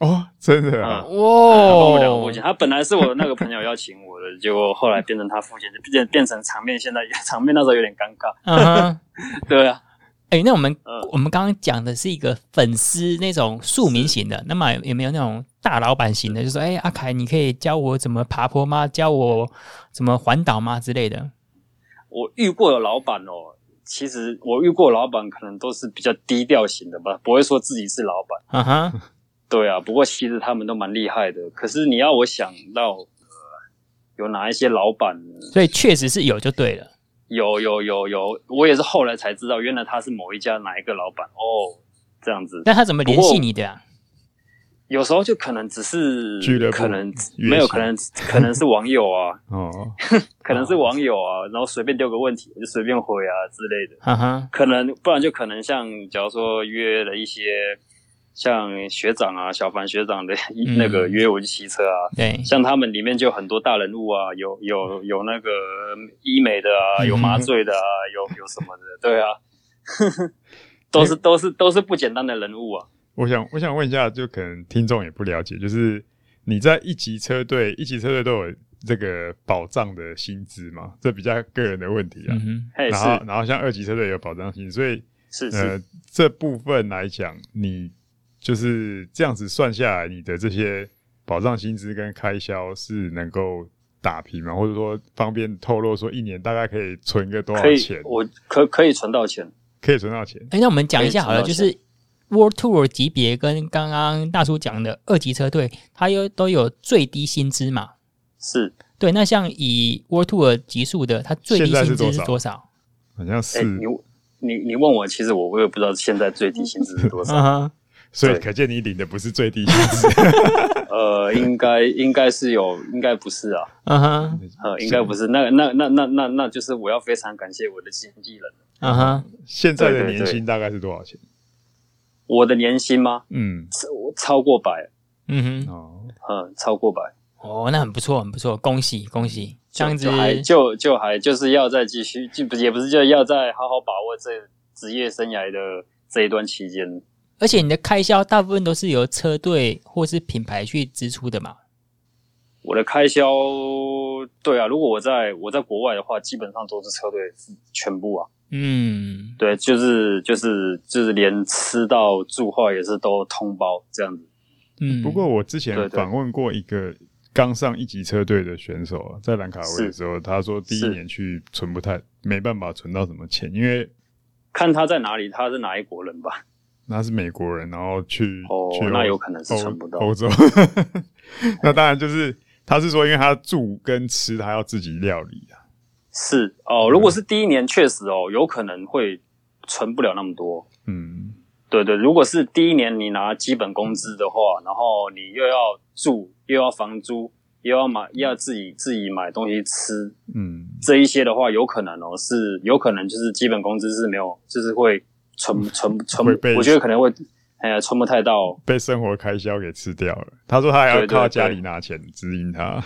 Speaker 2: 哦，真的啊，
Speaker 3: 嗯他帮我们两个付
Speaker 1: 哇
Speaker 3: 钱。，他本来是我那个朋友要请我的，结果后来变成他付钱，就 变变成场面，现在场面那时候有点尴尬。
Speaker 1: 嗯哼。
Speaker 3: 对啊，
Speaker 1: 哎、那我们、
Speaker 3: 嗯
Speaker 1: 我们刚刚讲的是一个粉丝那种庶民型的，那么有没有那种大老板型的？就说，哎、阿凯，你可以教我怎么爬坡吗？教我怎么环岛吗？之类的。
Speaker 3: 我遇过的老板哦，其实我遇过的老板可能都是比较低调型的吧，不会说自己是老板。
Speaker 1: 嗯哼，
Speaker 3: 对啊，不过其实他们都蛮厉害的。可是你要我想到，呃，有哪一些老板
Speaker 1: 所以确实是有就对了。
Speaker 3: 有有有有，我也是后来才知道，原来他是某一家哪一个老板哦，这样子。
Speaker 1: 那他怎么联系你的啊？
Speaker 3: 有时候就可能只是
Speaker 2: 俱乐部
Speaker 3: 可能
Speaker 2: 约
Speaker 3: 没有，
Speaker 2: 起
Speaker 3: 可能可能是网友啊，
Speaker 2: 哦，
Speaker 3: 可能是网友啊，然后随便丢个问题我就随便回啊之类的。
Speaker 1: 哈哈，
Speaker 3: 可能不然就可能像，假如说约了一些像学长啊、小凡学长的
Speaker 1: 嗯
Speaker 3: 那个约，我去骑车啊。
Speaker 1: 对，
Speaker 3: 像他们里面就有很多大人物啊，有有有那个医美的啊，
Speaker 1: 嗯
Speaker 3: 有麻醉的啊，有有什么的，对啊， 都是都是都是不简单的人物啊。
Speaker 2: 我想我想问一下，就可能听众也不了解，就是你在一级车队，一级车队都有这个保障的薪资嘛？这比较个人的问题啊。
Speaker 1: 嗯
Speaker 3: 嘿，
Speaker 2: 然
Speaker 3: 是
Speaker 2: 后然后像二级车队也有保障薪，所以
Speaker 3: 是是，
Speaker 2: 呃这部分来讲，你就是这样子算下来，你的这些保障薪资跟开销是能够打平吗？或者说方便透露说一年大概可以存个多少
Speaker 3: 可以
Speaker 2: 钱，？
Speaker 3: 我可可以存到钱。
Speaker 2: 可以存到钱
Speaker 1: 哼，。哎，那我们讲一下好了，
Speaker 3: 可以
Speaker 1: 就
Speaker 3: 知道一
Speaker 1: 是 World Tour 级别跟刚刚大叔讲的二级车队，它有都有最低薪资嘛？
Speaker 3: 是
Speaker 1: 对，那像以 World Tour 级数的，它最低
Speaker 2: 现在
Speaker 1: 薪
Speaker 2: 是
Speaker 1: 资
Speaker 2: 多
Speaker 1: 是
Speaker 2: 少
Speaker 1: 多少？
Speaker 2: 好像是
Speaker 3: 哎、，你你你问我，其实我我也不知道现在最低薪资是 多少，
Speaker 1: 嗯哼，
Speaker 2: 所以
Speaker 3: 对
Speaker 2: 可见你领的不是最低薪资，
Speaker 3: 呃，应该应该是有，应该不是啊，
Speaker 1: 嗯哼，
Speaker 3: 呃，应该不是。那那那那那那就是我要非常感谢我的经纪人。
Speaker 1: 嗯哼，
Speaker 2: 现在的
Speaker 3: 对对
Speaker 2: 年薪大概是多少钱？
Speaker 3: 我的年薪吗？
Speaker 2: 嗯，
Speaker 3: 超超过百，
Speaker 1: 嗯哼，
Speaker 2: 哦，
Speaker 3: 嗯，超过百。
Speaker 1: 哦，那很不错，很不错，恭喜恭喜！这样子
Speaker 3: 就，还就就还就是要再继续，就不也不是就要再好好把握这职业生涯的这一段期间。
Speaker 1: 而且你的开销大部分都是由车队或是品牌去支出的嘛？
Speaker 3: 我的开销，对啊，如果我在我在国外的话，基本上都是车队全部啊，
Speaker 1: 嗯，
Speaker 3: 对，就是就是就是连吃到住话也是都通包这样子。
Speaker 1: 嗯，
Speaker 2: 不过我之
Speaker 3: 对
Speaker 2: 前
Speaker 3: 对
Speaker 2: 访问过一个刚上一级车队的选手啊，在兰卡威的
Speaker 3: 是
Speaker 2: 时候，他说第一
Speaker 3: 是
Speaker 2: 年去存不太，没办法存到什么钱，因为
Speaker 3: 看他在哪里，他是哪一国人吧？
Speaker 2: 他是美国人，然后去
Speaker 3: 哦
Speaker 2: 去欧
Speaker 3: 那有可能是存不到
Speaker 2: 欧欧 洲。那当然就是，他是说，因为他住跟吃，他要自己料理啊。
Speaker 3: 是哦，如果是第一年，确实哦，有可能会存不了那么多。
Speaker 2: 嗯，
Speaker 3: 对对，如果是第一年你拿基本工资的话，然后你又要住，又要房租，又要买，又要自己自己买东西吃，
Speaker 2: 嗯，
Speaker 3: 这一些的话，有可能哦，是有可能就是基本工资是没有，就是会存存
Speaker 2: 嗯
Speaker 3: 存
Speaker 2: 会被，
Speaker 3: 我觉得可能会，哎呀，存不太到。
Speaker 2: 被生活开销给吃掉了。他说他还要
Speaker 3: 对对
Speaker 2: 靠家
Speaker 3: 对
Speaker 2: 里拿钱指引 他。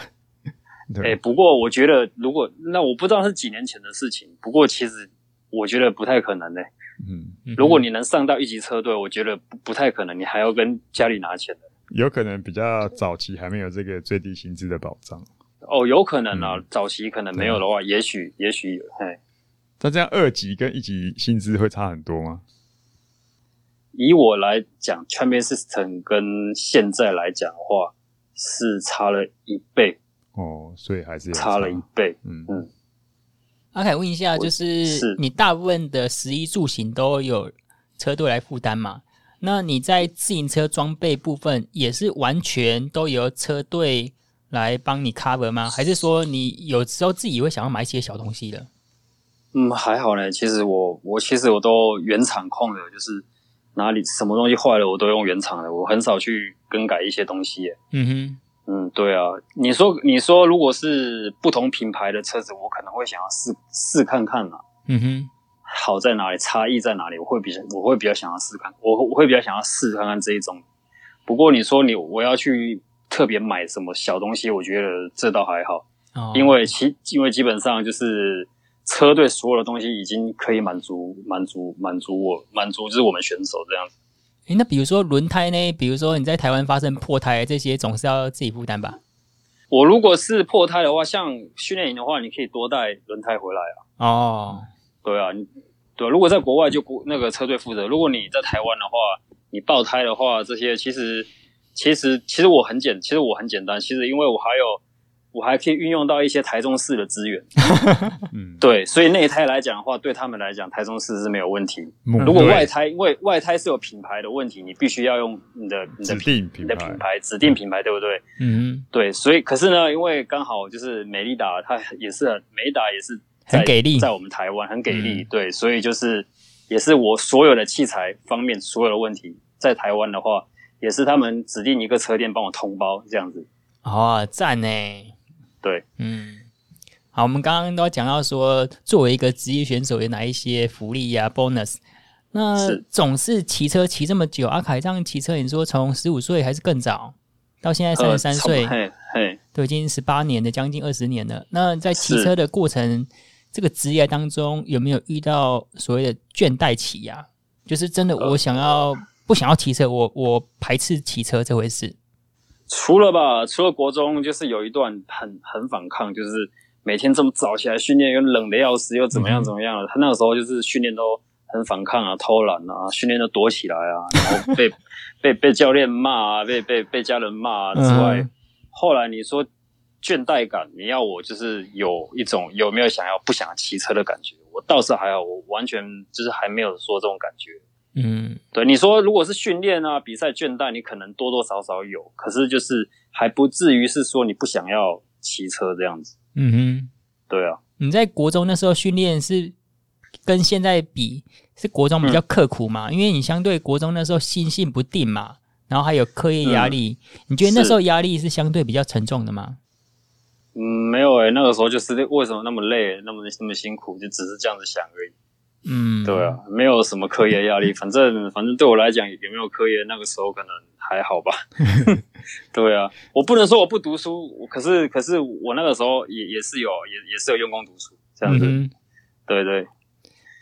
Speaker 3: 哎、
Speaker 2: 对，
Speaker 3: 不过我觉得如果那我不知道是几年前的事情，不过其实我觉得不太可能呢、
Speaker 2: 嗯，
Speaker 1: 嗯哼
Speaker 3: 如果你能上到一级车队，我觉得不不太可能，你还要跟家里拿钱的。
Speaker 2: 有可能比较早期还没有这个最低薪资的保障。
Speaker 3: 哦，有可能啊，
Speaker 2: 嗯啊
Speaker 3: 早期可能没有的话，也许也许有，嘿，
Speaker 2: 那这样二级跟一级薪资会差很多吗？
Speaker 3: 以我来讲，Champion System 跟现在来讲的话，是差了一倍，
Speaker 2: 哦，所以还是有
Speaker 3: 差了一倍。
Speaker 2: 嗯
Speaker 3: 嗯
Speaker 1: 阿凯问一下，
Speaker 3: 我
Speaker 1: 就是
Speaker 3: 是
Speaker 1: 你大部分的食衣住行都有车队来负担嘛？那你在自行车装备部分也是完全都由车队来帮你 cover 吗？还是说你有时候自己会想要买一些小东西的？
Speaker 3: 嗯，还好呢。其实我我其实我都原厂控的，就是哪里什么东西坏了，我都用原厂的，我很少去更改一些东西耶。
Speaker 1: 嗯
Speaker 3: 嗯，对啊，你说你说，如果是不同品牌的车子，我可能会想要试试看看啦，
Speaker 1: 哼，嗯哼，
Speaker 3: 好在哪里，差异在哪里，我会比较我会比较想要试看，我我会比较想要试看看这一种。不过你说你我要去特别买什么小东西，我觉得这倒还好，
Speaker 1: 哦，
Speaker 3: 因为其因为基本上就是车队所有的东西已经可以满足满足满足我满足就是我们选手这样子。
Speaker 1: 诶那比如说轮胎呢？比如说你在台湾发生破胎这些，总是要自己负担吧？
Speaker 3: 我如果是破胎的话，像训练营的话，你可以多带轮胎回来啊。
Speaker 1: 哦，
Speaker 3: 对啊，你对啊如果在国外就不那个车队负责，如果你在台湾的话，你爆胎的话，这些其实其实其实我很简，其实我很简单，其实因为我还有我还可以运用到一些台中市的资源，
Speaker 2: 嗯，
Speaker 3: 对，所以内胎来讲的话，对他们来讲，台中市是没有问题。
Speaker 2: 母
Speaker 1: 嗯
Speaker 3: 如果
Speaker 2: 队
Speaker 3: 外胎，因为外胎是有品牌的问题，你必须要用你的你
Speaker 2: 指
Speaker 3: 的品
Speaker 2: 定品
Speaker 3: 你
Speaker 2: 牌
Speaker 3: 的品牌指定品牌，对不对？
Speaker 1: 嗯
Speaker 3: 对，所以可是呢，因为刚好就是美利达，它也是很美利达也是
Speaker 1: 很
Speaker 3: 在
Speaker 1: 给力
Speaker 3: 在我们台湾很给力，
Speaker 1: 嗯
Speaker 3: 对，所以就是也是我所有的器材方面所有的问题，在台湾的话，也是他们指定一个车店帮我通包这样子，
Speaker 1: 哦，赞呢。
Speaker 3: 对，
Speaker 1: 嗯，好，我们刚刚都讲到说，作为一个职业选手有哪一些福利呀、bonus。那
Speaker 3: 是
Speaker 1: 总是骑车骑这么久，阿凯这样骑车，你说从十五岁还是更早，到现在三
Speaker 3: 呃
Speaker 1: 十三
Speaker 3: 从
Speaker 1: 岁，
Speaker 3: 嘿嘿，
Speaker 1: 都已经十八年的将近二十年了。那在骑
Speaker 3: 是
Speaker 1: 车的过程，这个职业当中有没有遇到所谓的倦怠期呀、就是真的，我想要、
Speaker 3: 呃
Speaker 1: 不想要骑车，我我排斥骑车这回事。
Speaker 3: 除了吧，除了国中，就是有一段很很反抗，就是每天这么早起来训练，又冷的要死，又怎
Speaker 1: 嗯
Speaker 3: 么样怎么样的。他那个时候就是训练都很反抗啊，偷懒啊，训练都躲起来啊，然后被被被教练骂啊，被 被被家人骂啊之外，
Speaker 1: 嗯
Speaker 3: 后来你说倦怠感，你要我就是有一种有没有想要不想骑车的感觉？我倒是还好，我完全就是还没有说这种感觉。
Speaker 1: 嗯
Speaker 3: 对，你说如果是训练啊、比赛倦怠，你可能多多少少有，可是就是还不至于是说你不想要骑车这样子。
Speaker 1: 嗯哼，
Speaker 3: 对啊，
Speaker 1: 你在国中那时候训练是跟现在比，是国中比较刻苦
Speaker 3: 嗯
Speaker 1: 嘛？因为你相对国中那时候心性不定嘛，然后还有课业压力，你觉得那时候压力是相对比较沉重的吗？
Speaker 3: 嗯，没有诶、那个时候就是为什么那么累、那么那么辛苦，就只是这样子想而已。
Speaker 1: 嗯，
Speaker 3: 对啊，没有什么课业压力，反正反正对我来讲有没有课业，那个时候可能还好 吧。对啊，我不能说我不读书，我可是可是我那个时候也也是有也也是有用功读书这样
Speaker 1: 嗯
Speaker 3: 子。
Speaker 1: 哼。
Speaker 3: 对对，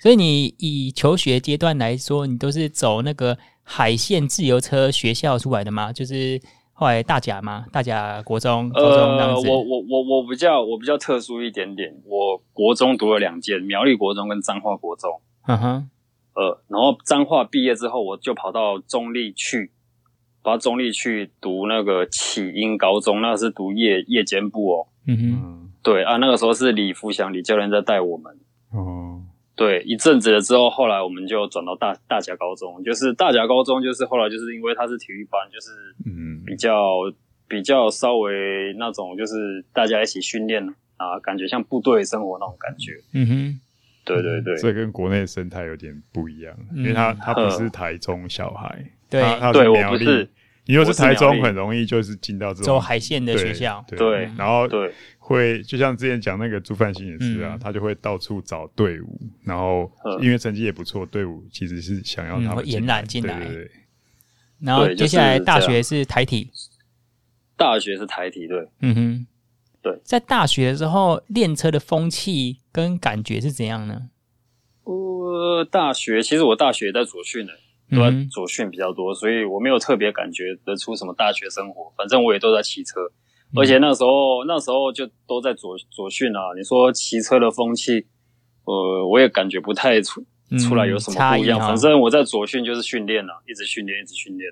Speaker 1: 所以你以求学阶段来说，你都是走那个海线自由车学校出来的吗？就是后来大甲吗？大甲国中、高中这样
Speaker 3: 呃，
Speaker 1: 子。
Speaker 3: 我我我我比较我比较特殊一点点，我国中读了两届，苗栗国中跟彰化国中。
Speaker 1: 嗯哼，
Speaker 3: 呃，然后彰化毕业之后，我就跑到中立去，跑到中立去读那个启英高中，那是读夜夜间部哦。
Speaker 1: 嗯哼，
Speaker 2: 嗯，
Speaker 3: 对啊，那个时候是李福祥李教练在带我们。
Speaker 2: 哦，
Speaker 3: 对，一阵子了之后，后来我们就转到大大甲高中，就是大甲高中，就是后来就是因为它是体育班，就是
Speaker 2: 嗯，
Speaker 3: 比较比较稍微那种，就是大家一起训练啊，感觉像部队生活那种感觉。
Speaker 1: 嗯哼，
Speaker 3: 对对对，
Speaker 2: 这跟国内生态有点不一样，
Speaker 1: 嗯
Speaker 2: 因为他他不是台中小孩，
Speaker 1: 对
Speaker 2: 他他
Speaker 3: 对我
Speaker 2: 苗
Speaker 3: 不
Speaker 2: 栗
Speaker 3: 是，
Speaker 2: 你如果
Speaker 3: 我
Speaker 2: 是
Speaker 3: 是
Speaker 2: 台
Speaker 3: 苗
Speaker 2: 中，
Speaker 3: 栗
Speaker 2: 很容易就是进到这
Speaker 1: 走
Speaker 2: 种
Speaker 1: 海线的学校。嗯
Speaker 2: 对，
Speaker 3: 对
Speaker 2: 然后
Speaker 3: 对
Speaker 2: 会就像之前讲那个朱范新也是啊，
Speaker 1: 嗯
Speaker 2: 他就会到处找队伍，然后
Speaker 3: 嗯
Speaker 2: 因为成绩也不错，队伍其实是想要
Speaker 1: 嗯
Speaker 2: 他
Speaker 1: 会
Speaker 2: 们进
Speaker 1: 延揽进来
Speaker 2: 对对对，
Speaker 1: 然后
Speaker 3: 对
Speaker 1: 接
Speaker 3: 就是
Speaker 1: 下来大
Speaker 3: 这
Speaker 1: 学
Speaker 3: 样
Speaker 1: 是台体。
Speaker 3: 大学是台体，对，
Speaker 1: 嗯哼，
Speaker 3: 对，
Speaker 1: 在大学的时候练车的风气跟感觉是怎样呢？
Speaker 3: 呃，大学其实我大学也在左训的，都在
Speaker 1: 嗯哼
Speaker 3: 左训比较多，所以我没有特别感觉得出什么大学生活，反正我也都在骑车，
Speaker 1: 嗯
Speaker 3: 而且那时候那时候就都在左左训啊。你说骑车的风气，呃，我也感觉不太出
Speaker 1: 嗯
Speaker 3: 出来有什么
Speaker 1: 差
Speaker 3: 不
Speaker 1: 异
Speaker 3: 一样，
Speaker 1: 哈
Speaker 3: 反正我在左训就是训练啊，一直训练，一直训练。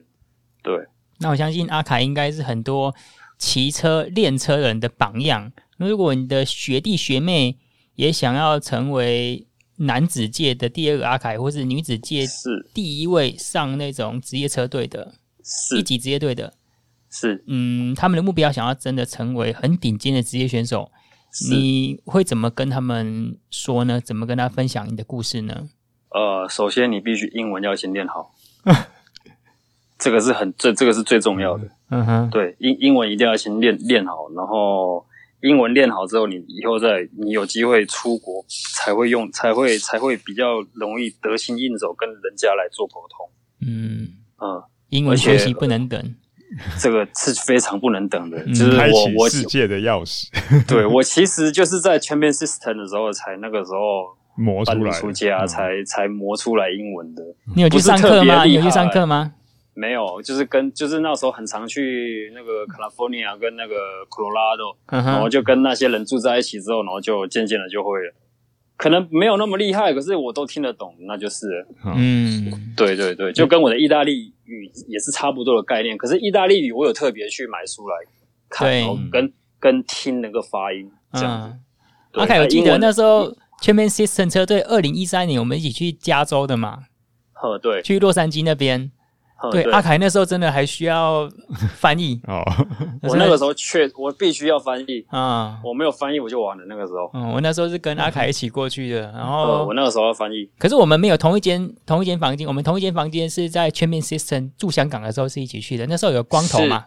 Speaker 3: 对，
Speaker 1: 那我相信阿凯应该是很多骑车练车人的榜样。那如果你的学弟学妹也想要成为男子界的第二个阿凯，或是女子界
Speaker 3: 是
Speaker 1: 第一位上那种职业车队的一
Speaker 3: 是
Speaker 1: 级职业队的，
Speaker 3: 是
Speaker 1: 嗯，他们的目标想要真的成为很顶尖的职业选手，
Speaker 3: 是，
Speaker 1: 你会怎么跟他们说呢？怎么跟他分享你的故事呢？
Speaker 3: 呃，首先你必须英文要先 练好，这个是很这这个是最重要的。
Speaker 1: 嗯哼，
Speaker 3: 对，英英文一定要先练练好，然后英文练好之后，你以后再你有机会出国才会用，才会才会比较容易得心应手，跟人家来做沟通。
Speaker 1: 嗯，
Speaker 3: 嗯，
Speaker 1: 英文
Speaker 3: 而
Speaker 1: 学
Speaker 3: 且
Speaker 1: 习不能等，
Speaker 3: 这个是非常不能等的，
Speaker 1: 嗯
Speaker 3: 就是
Speaker 2: 开
Speaker 3: 我
Speaker 2: 启
Speaker 3: 我
Speaker 2: 世界的钥匙
Speaker 3: 对我其实就是在 Champion System 的时候才那个时候
Speaker 2: 磨
Speaker 3: 半
Speaker 2: 出
Speaker 3: 路
Speaker 2: 来，
Speaker 3: 出家，
Speaker 2: 嗯
Speaker 3: 才才磨出来英文的。
Speaker 1: 你有去
Speaker 3: 不是
Speaker 1: 上
Speaker 3: 特
Speaker 1: 课
Speaker 3: 别
Speaker 1: 吗？你有
Speaker 3: 厉
Speaker 1: 去上
Speaker 3: 害
Speaker 1: 课吗？
Speaker 3: 没有，就是跟就是那时候很常去那个 California 跟那个 Colorado，
Speaker 1: 嗯
Speaker 3: 然后
Speaker 1: 哼，
Speaker 3: 就跟那些人住在一起之后，然后就渐渐的就会了，可能没有那么厉害，可是我都听得懂，那就是了
Speaker 1: 嗯，
Speaker 3: 对对对，就跟我的意大利语也是差不多的概念。可是意大利语我有特别去买书来看，
Speaker 1: 对
Speaker 3: 然后跟跟听那个发音这样子。
Speaker 1: 嗯，
Speaker 3: 对
Speaker 1: 阿凯，我记
Speaker 3: 英
Speaker 1: 得
Speaker 3: 文
Speaker 1: 那时候全面 System 车队二零一三年我们一起去加州的嘛，
Speaker 3: 呃呵对
Speaker 1: 去洛杉矶那边，
Speaker 3: 嗯
Speaker 1: 对，阿凯那时候真的还需要翻译
Speaker 2: 哦，
Speaker 3: 我那个时候确我必须要翻译，
Speaker 1: 啊。
Speaker 3: 我没有翻译我就完了。那个时候，
Speaker 1: 嗯，我那时候是跟阿凯一起过去的，然
Speaker 3: 呃，
Speaker 1: 后
Speaker 3: 我那个时候要翻译，
Speaker 1: 可是我们没有同一间同一间房间，我们同一间房间是在全面 System 住香港的时候是一起去的，那时候有光头嘛，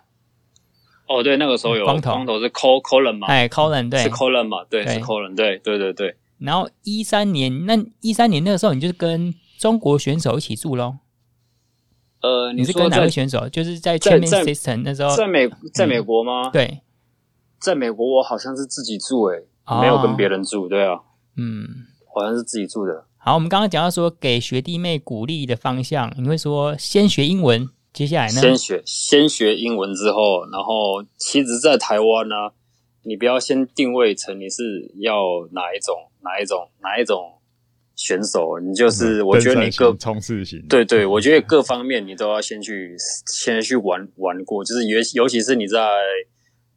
Speaker 3: 哦，对，那个时候有
Speaker 1: 光头
Speaker 3: 光头是 Col Colin 嘛，
Speaker 1: 哎，Colin 对
Speaker 3: 是，Colin 嘛，对，
Speaker 1: 对
Speaker 3: 是 Colin，对对对对，
Speaker 1: 然后一三年那一三年那个时候你就是跟中国选手一起住喽，
Speaker 3: 呃，
Speaker 1: 你是
Speaker 3: 说
Speaker 1: 跟哪
Speaker 3: 在
Speaker 1: 位选手？就是在
Speaker 3: 在
Speaker 1: 全面
Speaker 3: 在
Speaker 1: System 那时候，
Speaker 3: 在美在美国吗？
Speaker 1: 嗯对，
Speaker 3: 在美国我好像是自己住，诶，
Speaker 1: 哦
Speaker 3: 没有跟别人住，对啊，
Speaker 1: 嗯。
Speaker 3: 好像是自己住的。
Speaker 1: 好，我们刚刚讲到说给学弟妹鼓励的方向，你会说先学英文，接下来呢？
Speaker 3: 先学先学英文之后，然后其实，在台湾呢、你不要先定位成你是要哪一种哪一种哪一种选手，你就是、
Speaker 1: 嗯
Speaker 3: 我觉得你各
Speaker 2: 更冲刺型，
Speaker 3: 对对，我觉得各方面你都要先去先去玩玩过，就是尤尤其是你在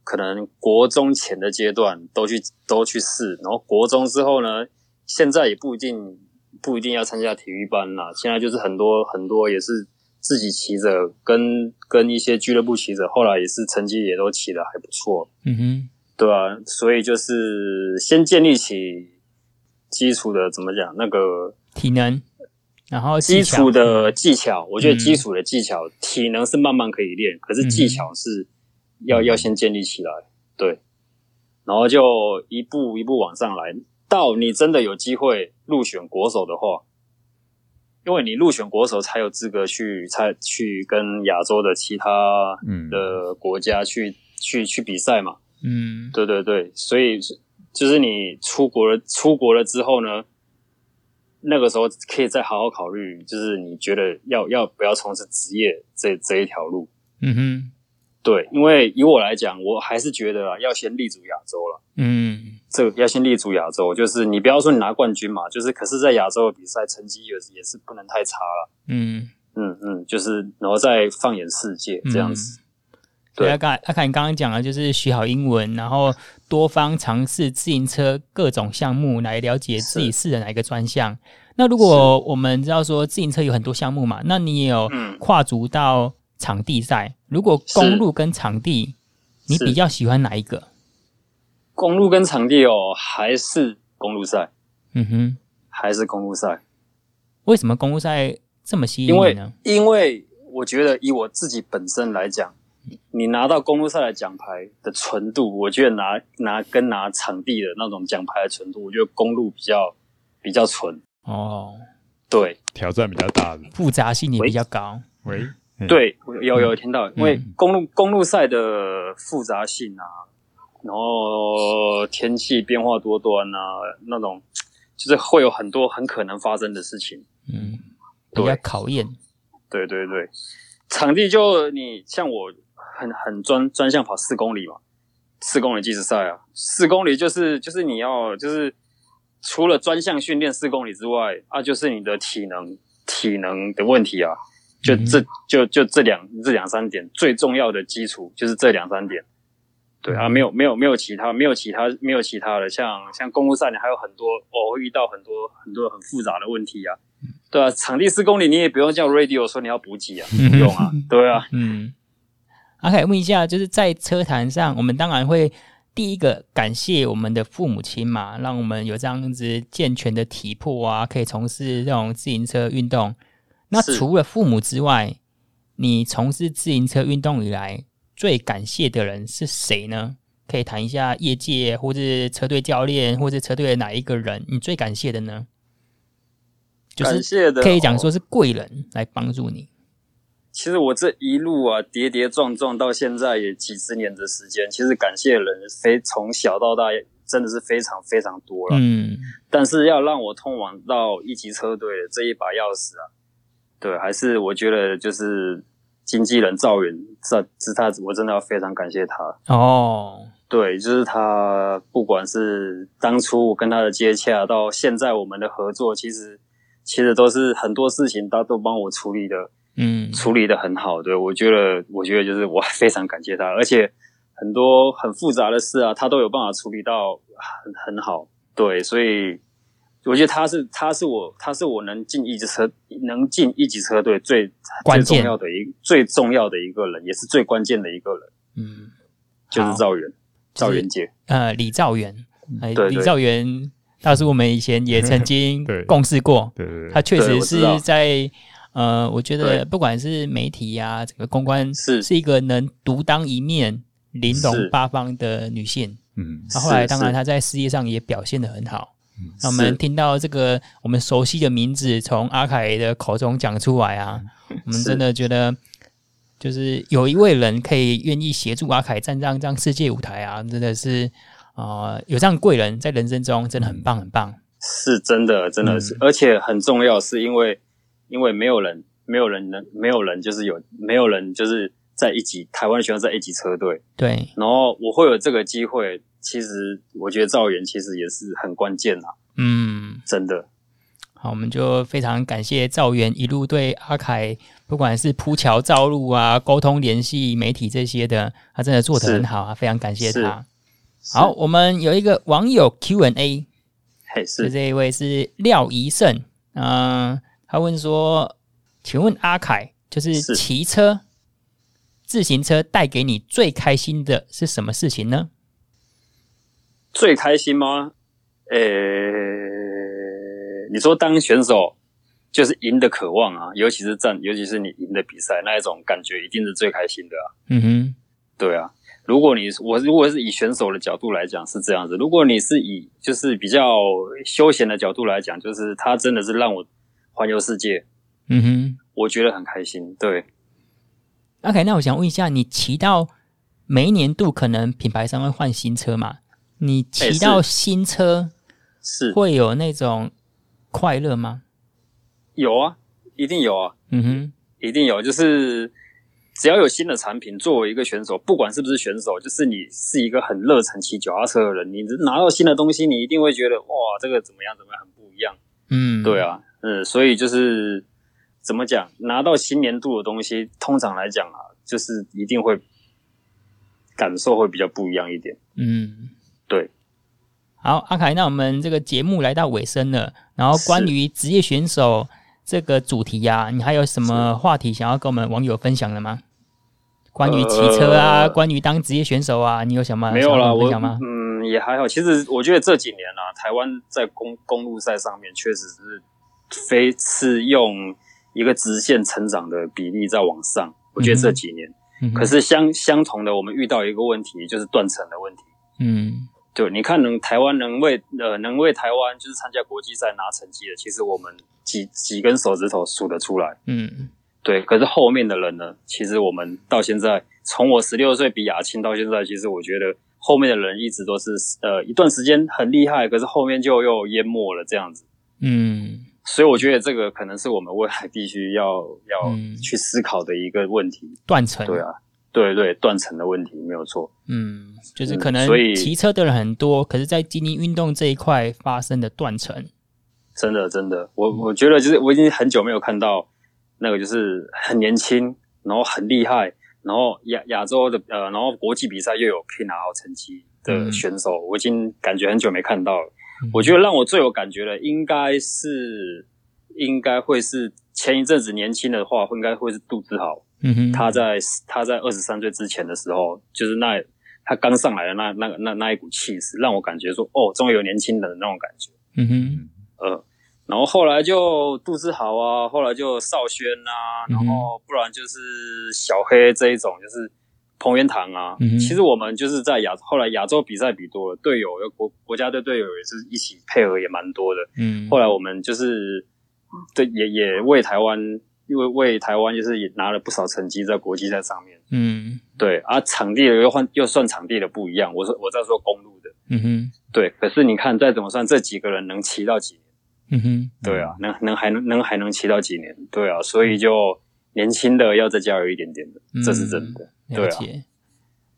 Speaker 3: 可能国中前的阶段都去都去试，然后国中之后呢，现在也不一定不一定要参加体育班啦，现在就是很多很多也是自己骑着，跟跟一些俱乐部骑着，后来也是成绩也都骑得还不错，
Speaker 1: 嗯哼，
Speaker 3: 对啊，所以就是先建立起基础的怎么讲那个
Speaker 1: 体能，然后技
Speaker 3: 基
Speaker 1: 巧
Speaker 3: 础的技巧，我觉得
Speaker 1: 嗯
Speaker 3: 基础的技巧、体能是慢慢可以练，可是技巧是
Speaker 1: 嗯
Speaker 3: 要、要先建立起来，对，然后就一步一步往上来，到你真的有机会入选国手的话，因为你入选国手才有资格去才去跟亚洲的其他
Speaker 2: 嗯，
Speaker 3: 的国家去、去去比赛嘛，
Speaker 1: 嗯，
Speaker 3: 对对对，所以就是你出国了，出国了之后呢，那个时候可以再好好考虑，就是你觉得要要不要从事职业这这一条路？
Speaker 1: 嗯哼，
Speaker 3: 对，因为以我来讲，我还是觉得啊，要先立足亚洲了。
Speaker 1: 嗯
Speaker 3: 这个要先立足亚洲，就是你不要说你拿冠军嘛，就是可是，在亚洲的比赛成绩也是也是不能太差了。
Speaker 1: 嗯，
Speaker 3: 嗯嗯，就是然后再放眼世界这样子。
Speaker 1: 所以
Speaker 3: 对
Speaker 1: 阿凯阿凯，你刚刚讲的就是学好英文，然后多方尝试自行车各种项目，来了解自己适合哪一个专项。那如果我们知道说自行车有很多项目嘛，那你也有
Speaker 3: 嗯
Speaker 1: 跨足到场地赛，如果公路跟场地，你
Speaker 3: 是
Speaker 1: 比较喜欢哪一个？
Speaker 3: 公路跟场地哦，还是公路赛，
Speaker 1: 嗯哼。
Speaker 3: 还是公路赛。
Speaker 1: 为什么公路赛这么吸引
Speaker 3: 因
Speaker 1: 你
Speaker 3: 为
Speaker 1: 呢？
Speaker 3: 因为我觉得以我自己本身来讲，你拿到公路赛的奖牌的纯度，我觉得拿拿跟拿场地的那种奖牌的纯度，我觉得公路比较比较纯。
Speaker 1: 哦，
Speaker 3: 对
Speaker 2: 挑战比较大的，
Speaker 1: 复杂性也
Speaker 3: 喂
Speaker 1: 比较高。
Speaker 2: 喂，
Speaker 3: 对，我有有听到，因为公路公路赛的复杂性啊，然后天气变化多端啊，那种就是会有很多很可能发生的事情。
Speaker 1: 嗯，比
Speaker 3: 对
Speaker 1: 较考验。
Speaker 3: 对对对，场地就你像我很很专专项跑四公里嘛，四公里计时赛啊，四公里就是就是你要就是除了专项训练四公里之外啊，就是你的体能体能的问题啊，就
Speaker 1: 嗯
Speaker 3: 这就就这两这两三点最重要的基础就是这两三点。对
Speaker 1: 嗯
Speaker 3: 啊，没有没有没有其他没有其他没有其他的，像像公路赛你还有很多哦，会遇到很多很多很复杂的问题啊。
Speaker 1: 嗯
Speaker 3: 对啊，场地四公里你也不用叫 radio 说你要补给啊，不用啊，对啊，
Speaker 1: 嗯，阿凯问一下，就是在车坛上，我们当然会第一个感谢我们的父母亲嘛，让我们有这样子健全的体魄啊，可以从事这种自行车运动。那
Speaker 3: 是
Speaker 1: 除了父母之外，你从事自行车运动以来，最感谢的人是谁呢？可以谈一下业界，或是车队教练，或是车队的哪一个人，你最感谢的呢？ 就
Speaker 3: 感
Speaker 1: 是
Speaker 3: 谢的
Speaker 1: 可以讲
Speaker 3: 哦
Speaker 1: 说是贵人来帮助你。
Speaker 3: 其实我这一路啊跌跌撞撞到现在也几十年的时间，其实感谢的人非从小到大真的是非常非常多了。
Speaker 1: 嗯
Speaker 3: 但是要让我通往到一级车队的这一把钥匙啊，对，还是我觉得就是经纪人赵远，这是他，我真的要非常感谢他。
Speaker 1: 哦，
Speaker 3: 对，就是他，不管是当初我跟他的接洽，到现在我们的合作，其实其实都是很多事情他都帮我处理的，
Speaker 1: 嗯
Speaker 3: 处理的很好。对我觉得，我觉得就是我非常感谢他，而且很多很复杂的事啊，他都有办法处理到很很好。对，所以我觉得他是他是我他是我能进一级车能进一级车队最
Speaker 1: 关
Speaker 3: 最
Speaker 1: 键
Speaker 3: 重要的一最重要的一个人，也是最关键的一个人，
Speaker 1: 嗯，
Speaker 3: 就是
Speaker 1: 好
Speaker 3: 赵源，赵源杰。
Speaker 1: 呃李兆元，哎，
Speaker 3: 嗯对
Speaker 1: 李
Speaker 3: 对
Speaker 1: 兆元大师，我们以前也曾 经
Speaker 2: 对
Speaker 1: 共事过，
Speaker 2: 对对
Speaker 1: 他
Speaker 2: 对，
Speaker 1: 确
Speaker 3: 对
Speaker 1: 实
Speaker 3: 我知道
Speaker 1: 是在呃，我觉得
Speaker 3: 对
Speaker 1: 不管是媒体呀、整个公关
Speaker 3: 是
Speaker 1: 一个能独当一面、玲珑
Speaker 3: 是
Speaker 1: 八方的女性。
Speaker 2: 嗯，
Speaker 1: 那后来
Speaker 3: 是
Speaker 1: 当然
Speaker 3: 是
Speaker 1: 她在事业上也表现得很好
Speaker 2: 嗯。
Speaker 1: 那我们
Speaker 3: 是
Speaker 1: 听到这个我们熟悉的名字从阿凯的口中讲出来啊，我们
Speaker 3: 嗯是
Speaker 1: 真的觉得。就是有一位人可以愿意协助阿凯站上这样世界舞台啊，真的是啊，呃有这样贵人在人生中真的
Speaker 3: 嗯
Speaker 1: 很棒很棒。
Speaker 3: 是真的，真的是，
Speaker 1: 嗯
Speaker 3: 而且很重要，是因为因为没有人，没有人能，没有人就是有，没有人就是在一级台湾的选手在一级车队，
Speaker 1: 对，
Speaker 3: 然后我会有这个机会，其实我觉得赵源其实也是很关键啦，
Speaker 1: 嗯，
Speaker 3: 真的，
Speaker 1: 好，我们就非常感谢赵源一路对阿凯，不管是铺桥造路啊、沟通联系媒体这些的，他真的做得很好啊，非常感谢他。
Speaker 3: 是
Speaker 1: 好，，我们有一个网友 Q&A，
Speaker 3: 嘿，
Speaker 1: 就是这一位是廖怡胜，嗯、他问说：“请问阿凯，就是
Speaker 3: 是
Speaker 1: 骑车、自行车带给你最开心的是什么事情呢
Speaker 3: 最开心吗？呃，你说当选手就是赢的渴望啊，尤其是战，尤其是你赢的比赛那一种感觉，一定是最开心的啊。？”
Speaker 1: 嗯哼，
Speaker 3: 对啊，如果你我如果是以选手的角度来讲是这样子，如果你是以就是比较休闲的角度来讲，就是他真的是让我环游世界，
Speaker 1: 嗯哼。
Speaker 3: 我觉得很开心。对，
Speaker 1: OK，那我想问一下，你骑到每一年度可能品牌商会换新车嘛？你
Speaker 3: 哎
Speaker 1: 骑
Speaker 3: 是
Speaker 1: 到新车
Speaker 3: 是
Speaker 1: 会有那种快乐吗？
Speaker 3: 有啊，一定有啊，
Speaker 1: 嗯哼，
Speaker 3: 一定有，就是。只要有新的产品，作为一个选手，不管是不是选手，就是你是一个很热忱骑脚踏车的人，你拿到新的东西，你一定会觉得哇，这个怎么样怎么样，很不一样。
Speaker 1: 嗯，
Speaker 3: 对，啊，嗯，所以就是怎么讲，拿到新年度的东西，通常来讲啊，就是一定会感受会比较不一样一点。
Speaker 1: 嗯，
Speaker 3: 对。
Speaker 1: 好，阿凯，那我们这个节目来到尾声了，然后关
Speaker 3: 是
Speaker 1: 于职业选手这个主题呀、你还有什么话题想要跟我们网友分享的吗？关于骑车啊，
Speaker 3: 呃
Speaker 1: 关于当职业选手啊，你有什么
Speaker 3: 没有
Speaker 1: 想
Speaker 3: 啦，
Speaker 1: 要跟
Speaker 3: 我
Speaker 1: 分享吗？
Speaker 3: 嗯也还好。其实我觉得这几年啊，台湾在公公路赛上面确实是非是用一个直线成长的比例在往上。我觉得这几年，
Speaker 1: 嗯哼
Speaker 3: 可，是相相同的，我们遇到一个问题，就是断层的问题。
Speaker 1: 嗯
Speaker 3: 对，你看能台湾能为呃能为台湾就是参加国际赛拿成绩的，其实我们几几根手指头数得出来。
Speaker 1: 嗯
Speaker 3: 对，可是后面的人呢，其实我们到现在，从我十六岁比亚青到现在，其实我觉得后面的人一直都是呃一段时间很厉害，可是后面就又淹没了这样子。
Speaker 1: 嗯
Speaker 3: 所以我觉得这个可能是我们未来必须要要
Speaker 1: 嗯
Speaker 3: 去思考的一个问题。
Speaker 1: 断层，
Speaker 3: 对啊，对对，断层的问题没有错。
Speaker 1: 嗯，就是
Speaker 3: 嗯
Speaker 1: 可能
Speaker 3: 所以
Speaker 1: 骑车的人很多，可是，在精英运动这一块发生的断层，
Speaker 3: 真的真的，我我觉得就是我已经很久没有看到那个就是很年轻，然后很厉害，然后亚亚洲的呃，然后国际比赛又有可以拿好成绩的选手，我已经感觉很久没看到了。我觉得让我最有感觉的应该是应该会是前一阵子年轻的话，应该会是杜志豪，
Speaker 1: 嗯哼，
Speaker 3: 他在他在二十三岁之前的时候，就是那他刚上来的那那那那一股气势，让我感觉说哦，终于有年轻人的那种感觉。
Speaker 1: 嗯哼，
Speaker 3: 呃，然后后来就杜志豪啊，后来就邵轩啊，
Speaker 1: 嗯
Speaker 3: 然
Speaker 1: 哼
Speaker 3: 后不然就是小黑这一种，就是彭元堂啊。
Speaker 1: 嗯哼
Speaker 3: 其实我们就是在亚后来亚洲比赛比多了，队友国国家队队友也是一起配合也蛮多的。
Speaker 1: 嗯，
Speaker 3: 后来我们就是对也也为台湾，因为为台湾就是也拿了不少成绩在国际赛上面。
Speaker 1: 嗯
Speaker 3: 对啊，场地的又换又算场地的不一样，我说我在说公路的。
Speaker 1: 嗯哼，
Speaker 3: 对，可是你看再怎么算，这几个人能骑到几年？
Speaker 1: 嗯哼，
Speaker 3: 对啊，能能还能能还能骑到几年？对啊，所以就年轻的要再加油一点点的，
Speaker 1: 嗯
Speaker 3: 这是真的。
Speaker 1: 了
Speaker 3: 对啊
Speaker 1: 解。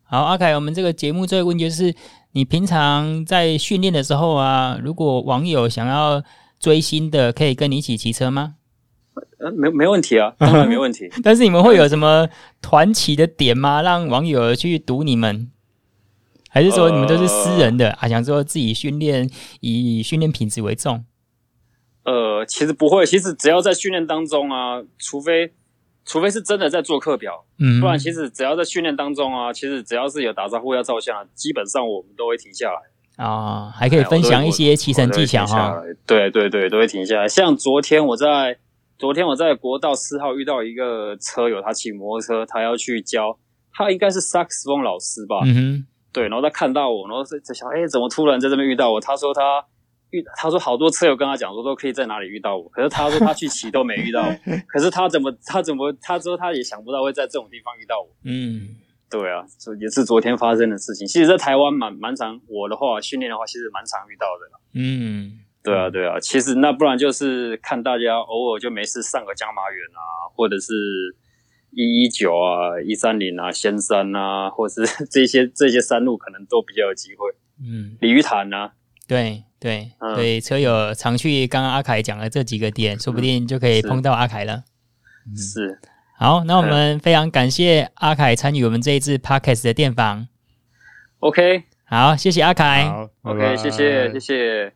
Speaker 1: 好，阿凯，我们这个节目最后一个问题就是，你平常在训练的时候啊，如果网友想要追星的，可以跟你一起骑车吗？
Speaker 3: 呃，没没问题啊，当然没问题。
Speaker 1: 但是你们会有什么团骑的点吗？让网友去堵你们？
Speaker 3: 呃
Speaker 1: 还是说你们都是私人的、啊？想说自己训练以训练品质为重？
Speaker 3: 呃，其实不会，其实只要在训练当中啊，除非除非是真的在做课表，
Speaker 1: 嗯，
Speaker 3: 不然其实只要在训练当中啊，其实只要是有打招呼要照相，啊基本上我们都会停下来。
Speaker 1: 啊、还可
Speaker 3: 哎
Speaker 1: 以分享一些骑乘技巧
Speaker 3: 我
Speaker 1: 哈
Speaker 3: 都。会停下来。对对对，都会停下来。像昨天我在昨天我在国道四号遇到一个车友，他骑摩托车，他要去教，他应该是萨克斯风老师吧？
Speaker 1: 嗯
Speaker 3: 对，然后他看到我，然后在在想，哎，怎么突然在这边遇到我？他说他遇，他说好多车友跟他讲说都可以在哪里遇到我，可是他说他去骑都没 遇到我，可是他怎么他怎么他说他也想不到会在这种地方遇到我。
Speaker 1: 哼，嗯，
Speaker 3: 对啊，这也是昨天发生的事情。其实，在台湾蛮蛮常，我的话训练的话，其实蛮常遇到的。
Speaker 1: 嗯，
Speaker 3: 对啊，对啊，其实那不然就是看大家偶尔就没事上个江马远啊，或者是一一九啊、一三零啊、仙山啊，或是 这些这些山路可能都比较有机会。
Speaker 1: 嗯，
Speaker 3: 鲤鱼潭啊，
Speaker 1: 对对、
Speaker 3: 嗯
Speaker 1: 对，车友常去刚刚阿凯讲的这几个点，说不定就可以
Speaker 3: 嗯是
Speaker 1: 碰到阿凯了。
Speaker 2: 嗯
Speaker 3: 是
Speaker 1: 好，那我们非常感谢阿凯参与我们这一次 podcast 的电访。
Speaker 3: OK
Speaker 1: 好，谢谢阿凯。
Speaker 2: 好
Speaker 3: OK，
Speaker 2: 拜拜
Speaker 3: 谢谢谢谢，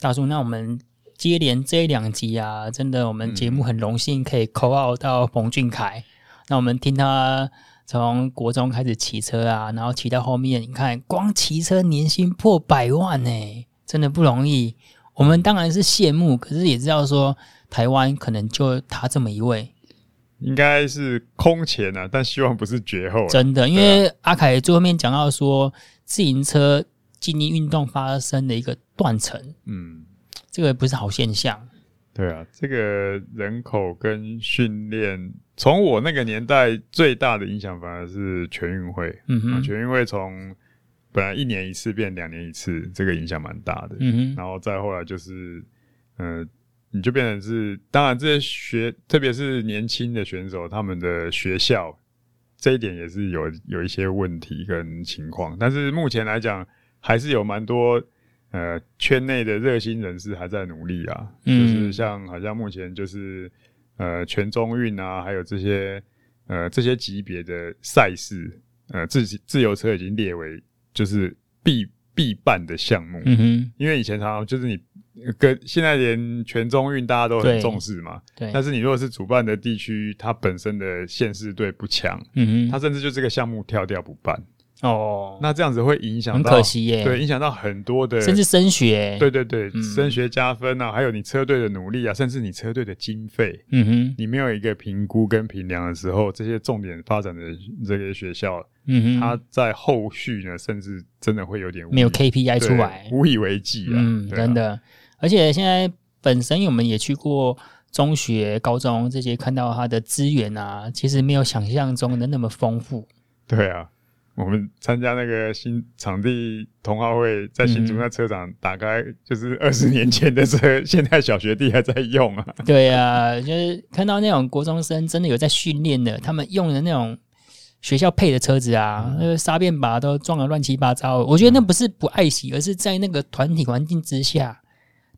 Speaker 1: 大叔，那我们接连这两集啊，真的我们节目很荣幸可以 call out 到冯俊凯。那我们听他从国中开始骑车啊，然后骑到后面，你看光骑车年薪破百万呢、真的不容易。我们当然是羡慕，可是也知道说台湾可能就他这么一位，
Speaker 2: 应该是空前啊，但希望不是绝后啊。
Speaker 1: 真的，因为阿凯最后面讲到说，自行车竞技运动发生的一个断层，
Speaker 2: 嗯，
Speaker 1: 这个不是好现象。
Speaker 2: 对啊，这个人口跟训练，从我那个年代最大的影响反而是全运会。
Speaker 1: 嗯
Speaker 2: 啊
Speaker 1: 哼，
Speaker 2: 全运会从本来一年一次变两年一次，这个影响蛮大的。
Speaker 1: 嗯哼，
Speaker 2: 然后再后来就是，呃，你就变成是，当然这些学，特别是年轻的选手，他们的学校这一点也是有有一些问题跟情况，但是目前来讲，还是有蛮多呃圈内的热心人士还在努力啊，
Speaker 1: 嗯
Speaker 2: 就是像好像目前就是呃全中运啊，还有这些呃这些级别的赛事，呃自己自由车已经列为就是必必办的项目，
Speaker 1: 嗯哼，
Speaker 2: 因为以前常常就是你呃跟现在连全中运大家都很
Speaker 1: 对
Speaker 2: 重视嘛，
Speaker 1: 对，
Speaker 2: 但是你如果是主办的地区，它本身的县市队不强，
Speaker 1: 嗯
Speaker 2: 它
Speaker 1: 哼，
Speaker 2: 甚至就这个项目跳掉不办，
Speaker 1: 哦，
Speaker 2: 那这样子会影响
Speaker 1: 很
Speaker 2: 到，
Speaker 1: 可惜耶，
Speaker 2: 对，影响到很多的，
Speaker 1: 甚至升学，
Speaker 2: 对，对对，
Speaker 1: 嗯
Speaker 2: 升学加分啊，还有你车队的努力啊，甚至你车队的经费，
Speaker 1: 嗯哼，
Speaker 2: 你没有一个评估跟评量的时候，这些重点发展的这些学校，
Speaker 1: 嗯
Speaker 2: 它
Speaker 1: 哼，
Speaker 2: 在后续呢，甚至真的会有点无以
Speaker 1: 没有 KPI
Speaker 2: 对
Speaker 1: 出来，
Speaker 2: 无以为继啊，
Speaker 1: 嗯，
Speaker 2: 对啊
Speaker 1: 真，的。而且现在本身我们也去过中学、高中这些，看到它的资源啊，其实没有想象中的那么丰富。
Speaker 2: 对啊。我们参加那个新场地同好会，在新竹
Speaker 1: 嗯
Speaker 2: 那车场打开，就是二十年前的车，现在小学弟还在用啊。
Speaker 1: 对啊，就是看到那种国中生真的有在训练的，他们用的那种学校配的车子
Speaker 2: 嗯
Speaker 1: 啊，那个沙变把都撞得乱七八糟的。我觉得那不是不爱惜，而是在那个团体环境之下，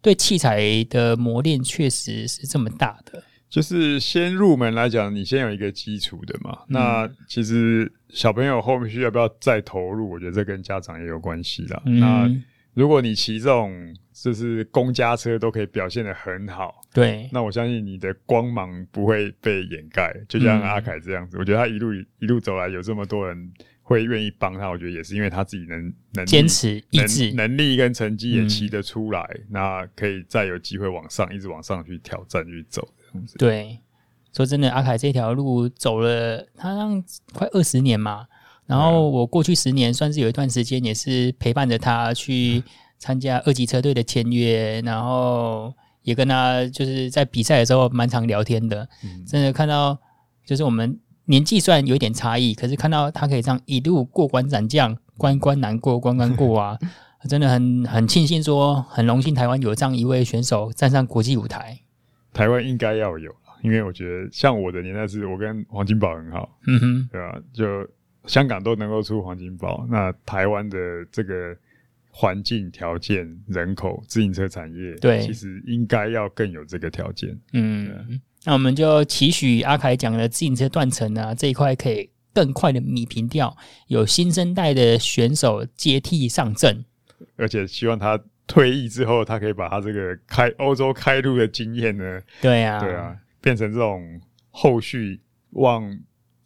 Speaker 1: 对器材的磨练确实是这么大的。
Speaker 2: 就是先入门来讲，你先有一个基础的嘛。那
Speaker 1: 嗯
Speaker 2: 其实小朋友后面需要不要再投入，我觉得这跟家长也有关系啦。那
Speaker 1: 嗯，
Speaker 2: 如果你骑这种就是公家车都可以表现的很好，
Speaker 1: 对，
Speaker 2: 那我相信你的光芒不会被掩盖。
Speaker 1: 嗯
Speaker 2: 就像阿凯这样子，我觉得他一路一路走来，有这么多人会愿意帮他，我觉得也是因为他自己能能力
Speaker 1: 坚持意
Speaker 2: 能
Speaker 1: 志，嗯
Speaker 2: 能力跟成绩也骑得出来，那可以再有机会往上，一直往上去挑战去走这样子。
Speaker 1: 对，说真的，阿凯这条路走了，他让快二十年嘛。然后我过去十年算是有一段时间，也是陪伴着他去参加二级车队的签约，然后也跟他就是在比赛的时候蛮常聊天的。
Speaker 2: 嗯
Speaker 1: 真的看到，就是我们年纪虽然有一点差异，可是看到他可以这样一路过关斩将，关关难过关关过啊，真的很很庆幸说，很荣幸台湾有这样一位选手站上国际舞台。
Speaker 2: 台湾应该要有啦，因为我觉得像我的年代是我跟黄金宝很好，
Speaker 1: 嗯哼，
Speaker 2: 对吧、啊就香港都能够出黄金宝，那台湾的这个环境条件、人口、自行车产业，
Speaker 1: 对
Speaker 2: 其实应该要更有这个条件。
Speaker 1: 嗯，那我们就期许阿凯讲的自行车断层啊这一块可以更快的米平掉，有新生代的选手接替上阵。
Speaker 2: 而且希望他退役之后，他可以把他这个开欧洲开路的经验呢，
Speaker 1: 对啊，
Speaker 2: 对，啊，变成这种后续往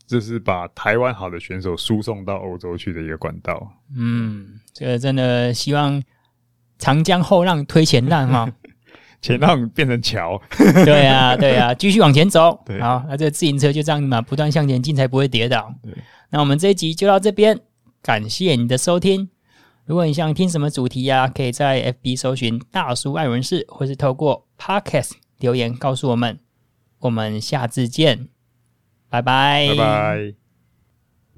Speaker 2: 就是把台湾好的选手输送到欧洲去的一个管道。
Speaker 1: 嗯，这个真的希望长江后浪推前浪啊哈、
Speaker 2: 前浪变成桥，
Speaker 1: 对啊，对啊，继续往前走。
Speaker 2: 对
Speaker 1: 好，那这个自行车就这样嘛，不断向前进才不会跌倒
Speaker 2: 对。
Speaker 1: 那我们这一集就到这边，感谢你的收听。如果你想听什么主题呀、可以在 FB 搜寻“大叔爱文士”，或是透过 Podcast 留言告诉我们。我们下次见，拜拜，
Speaker 2: 拜拜。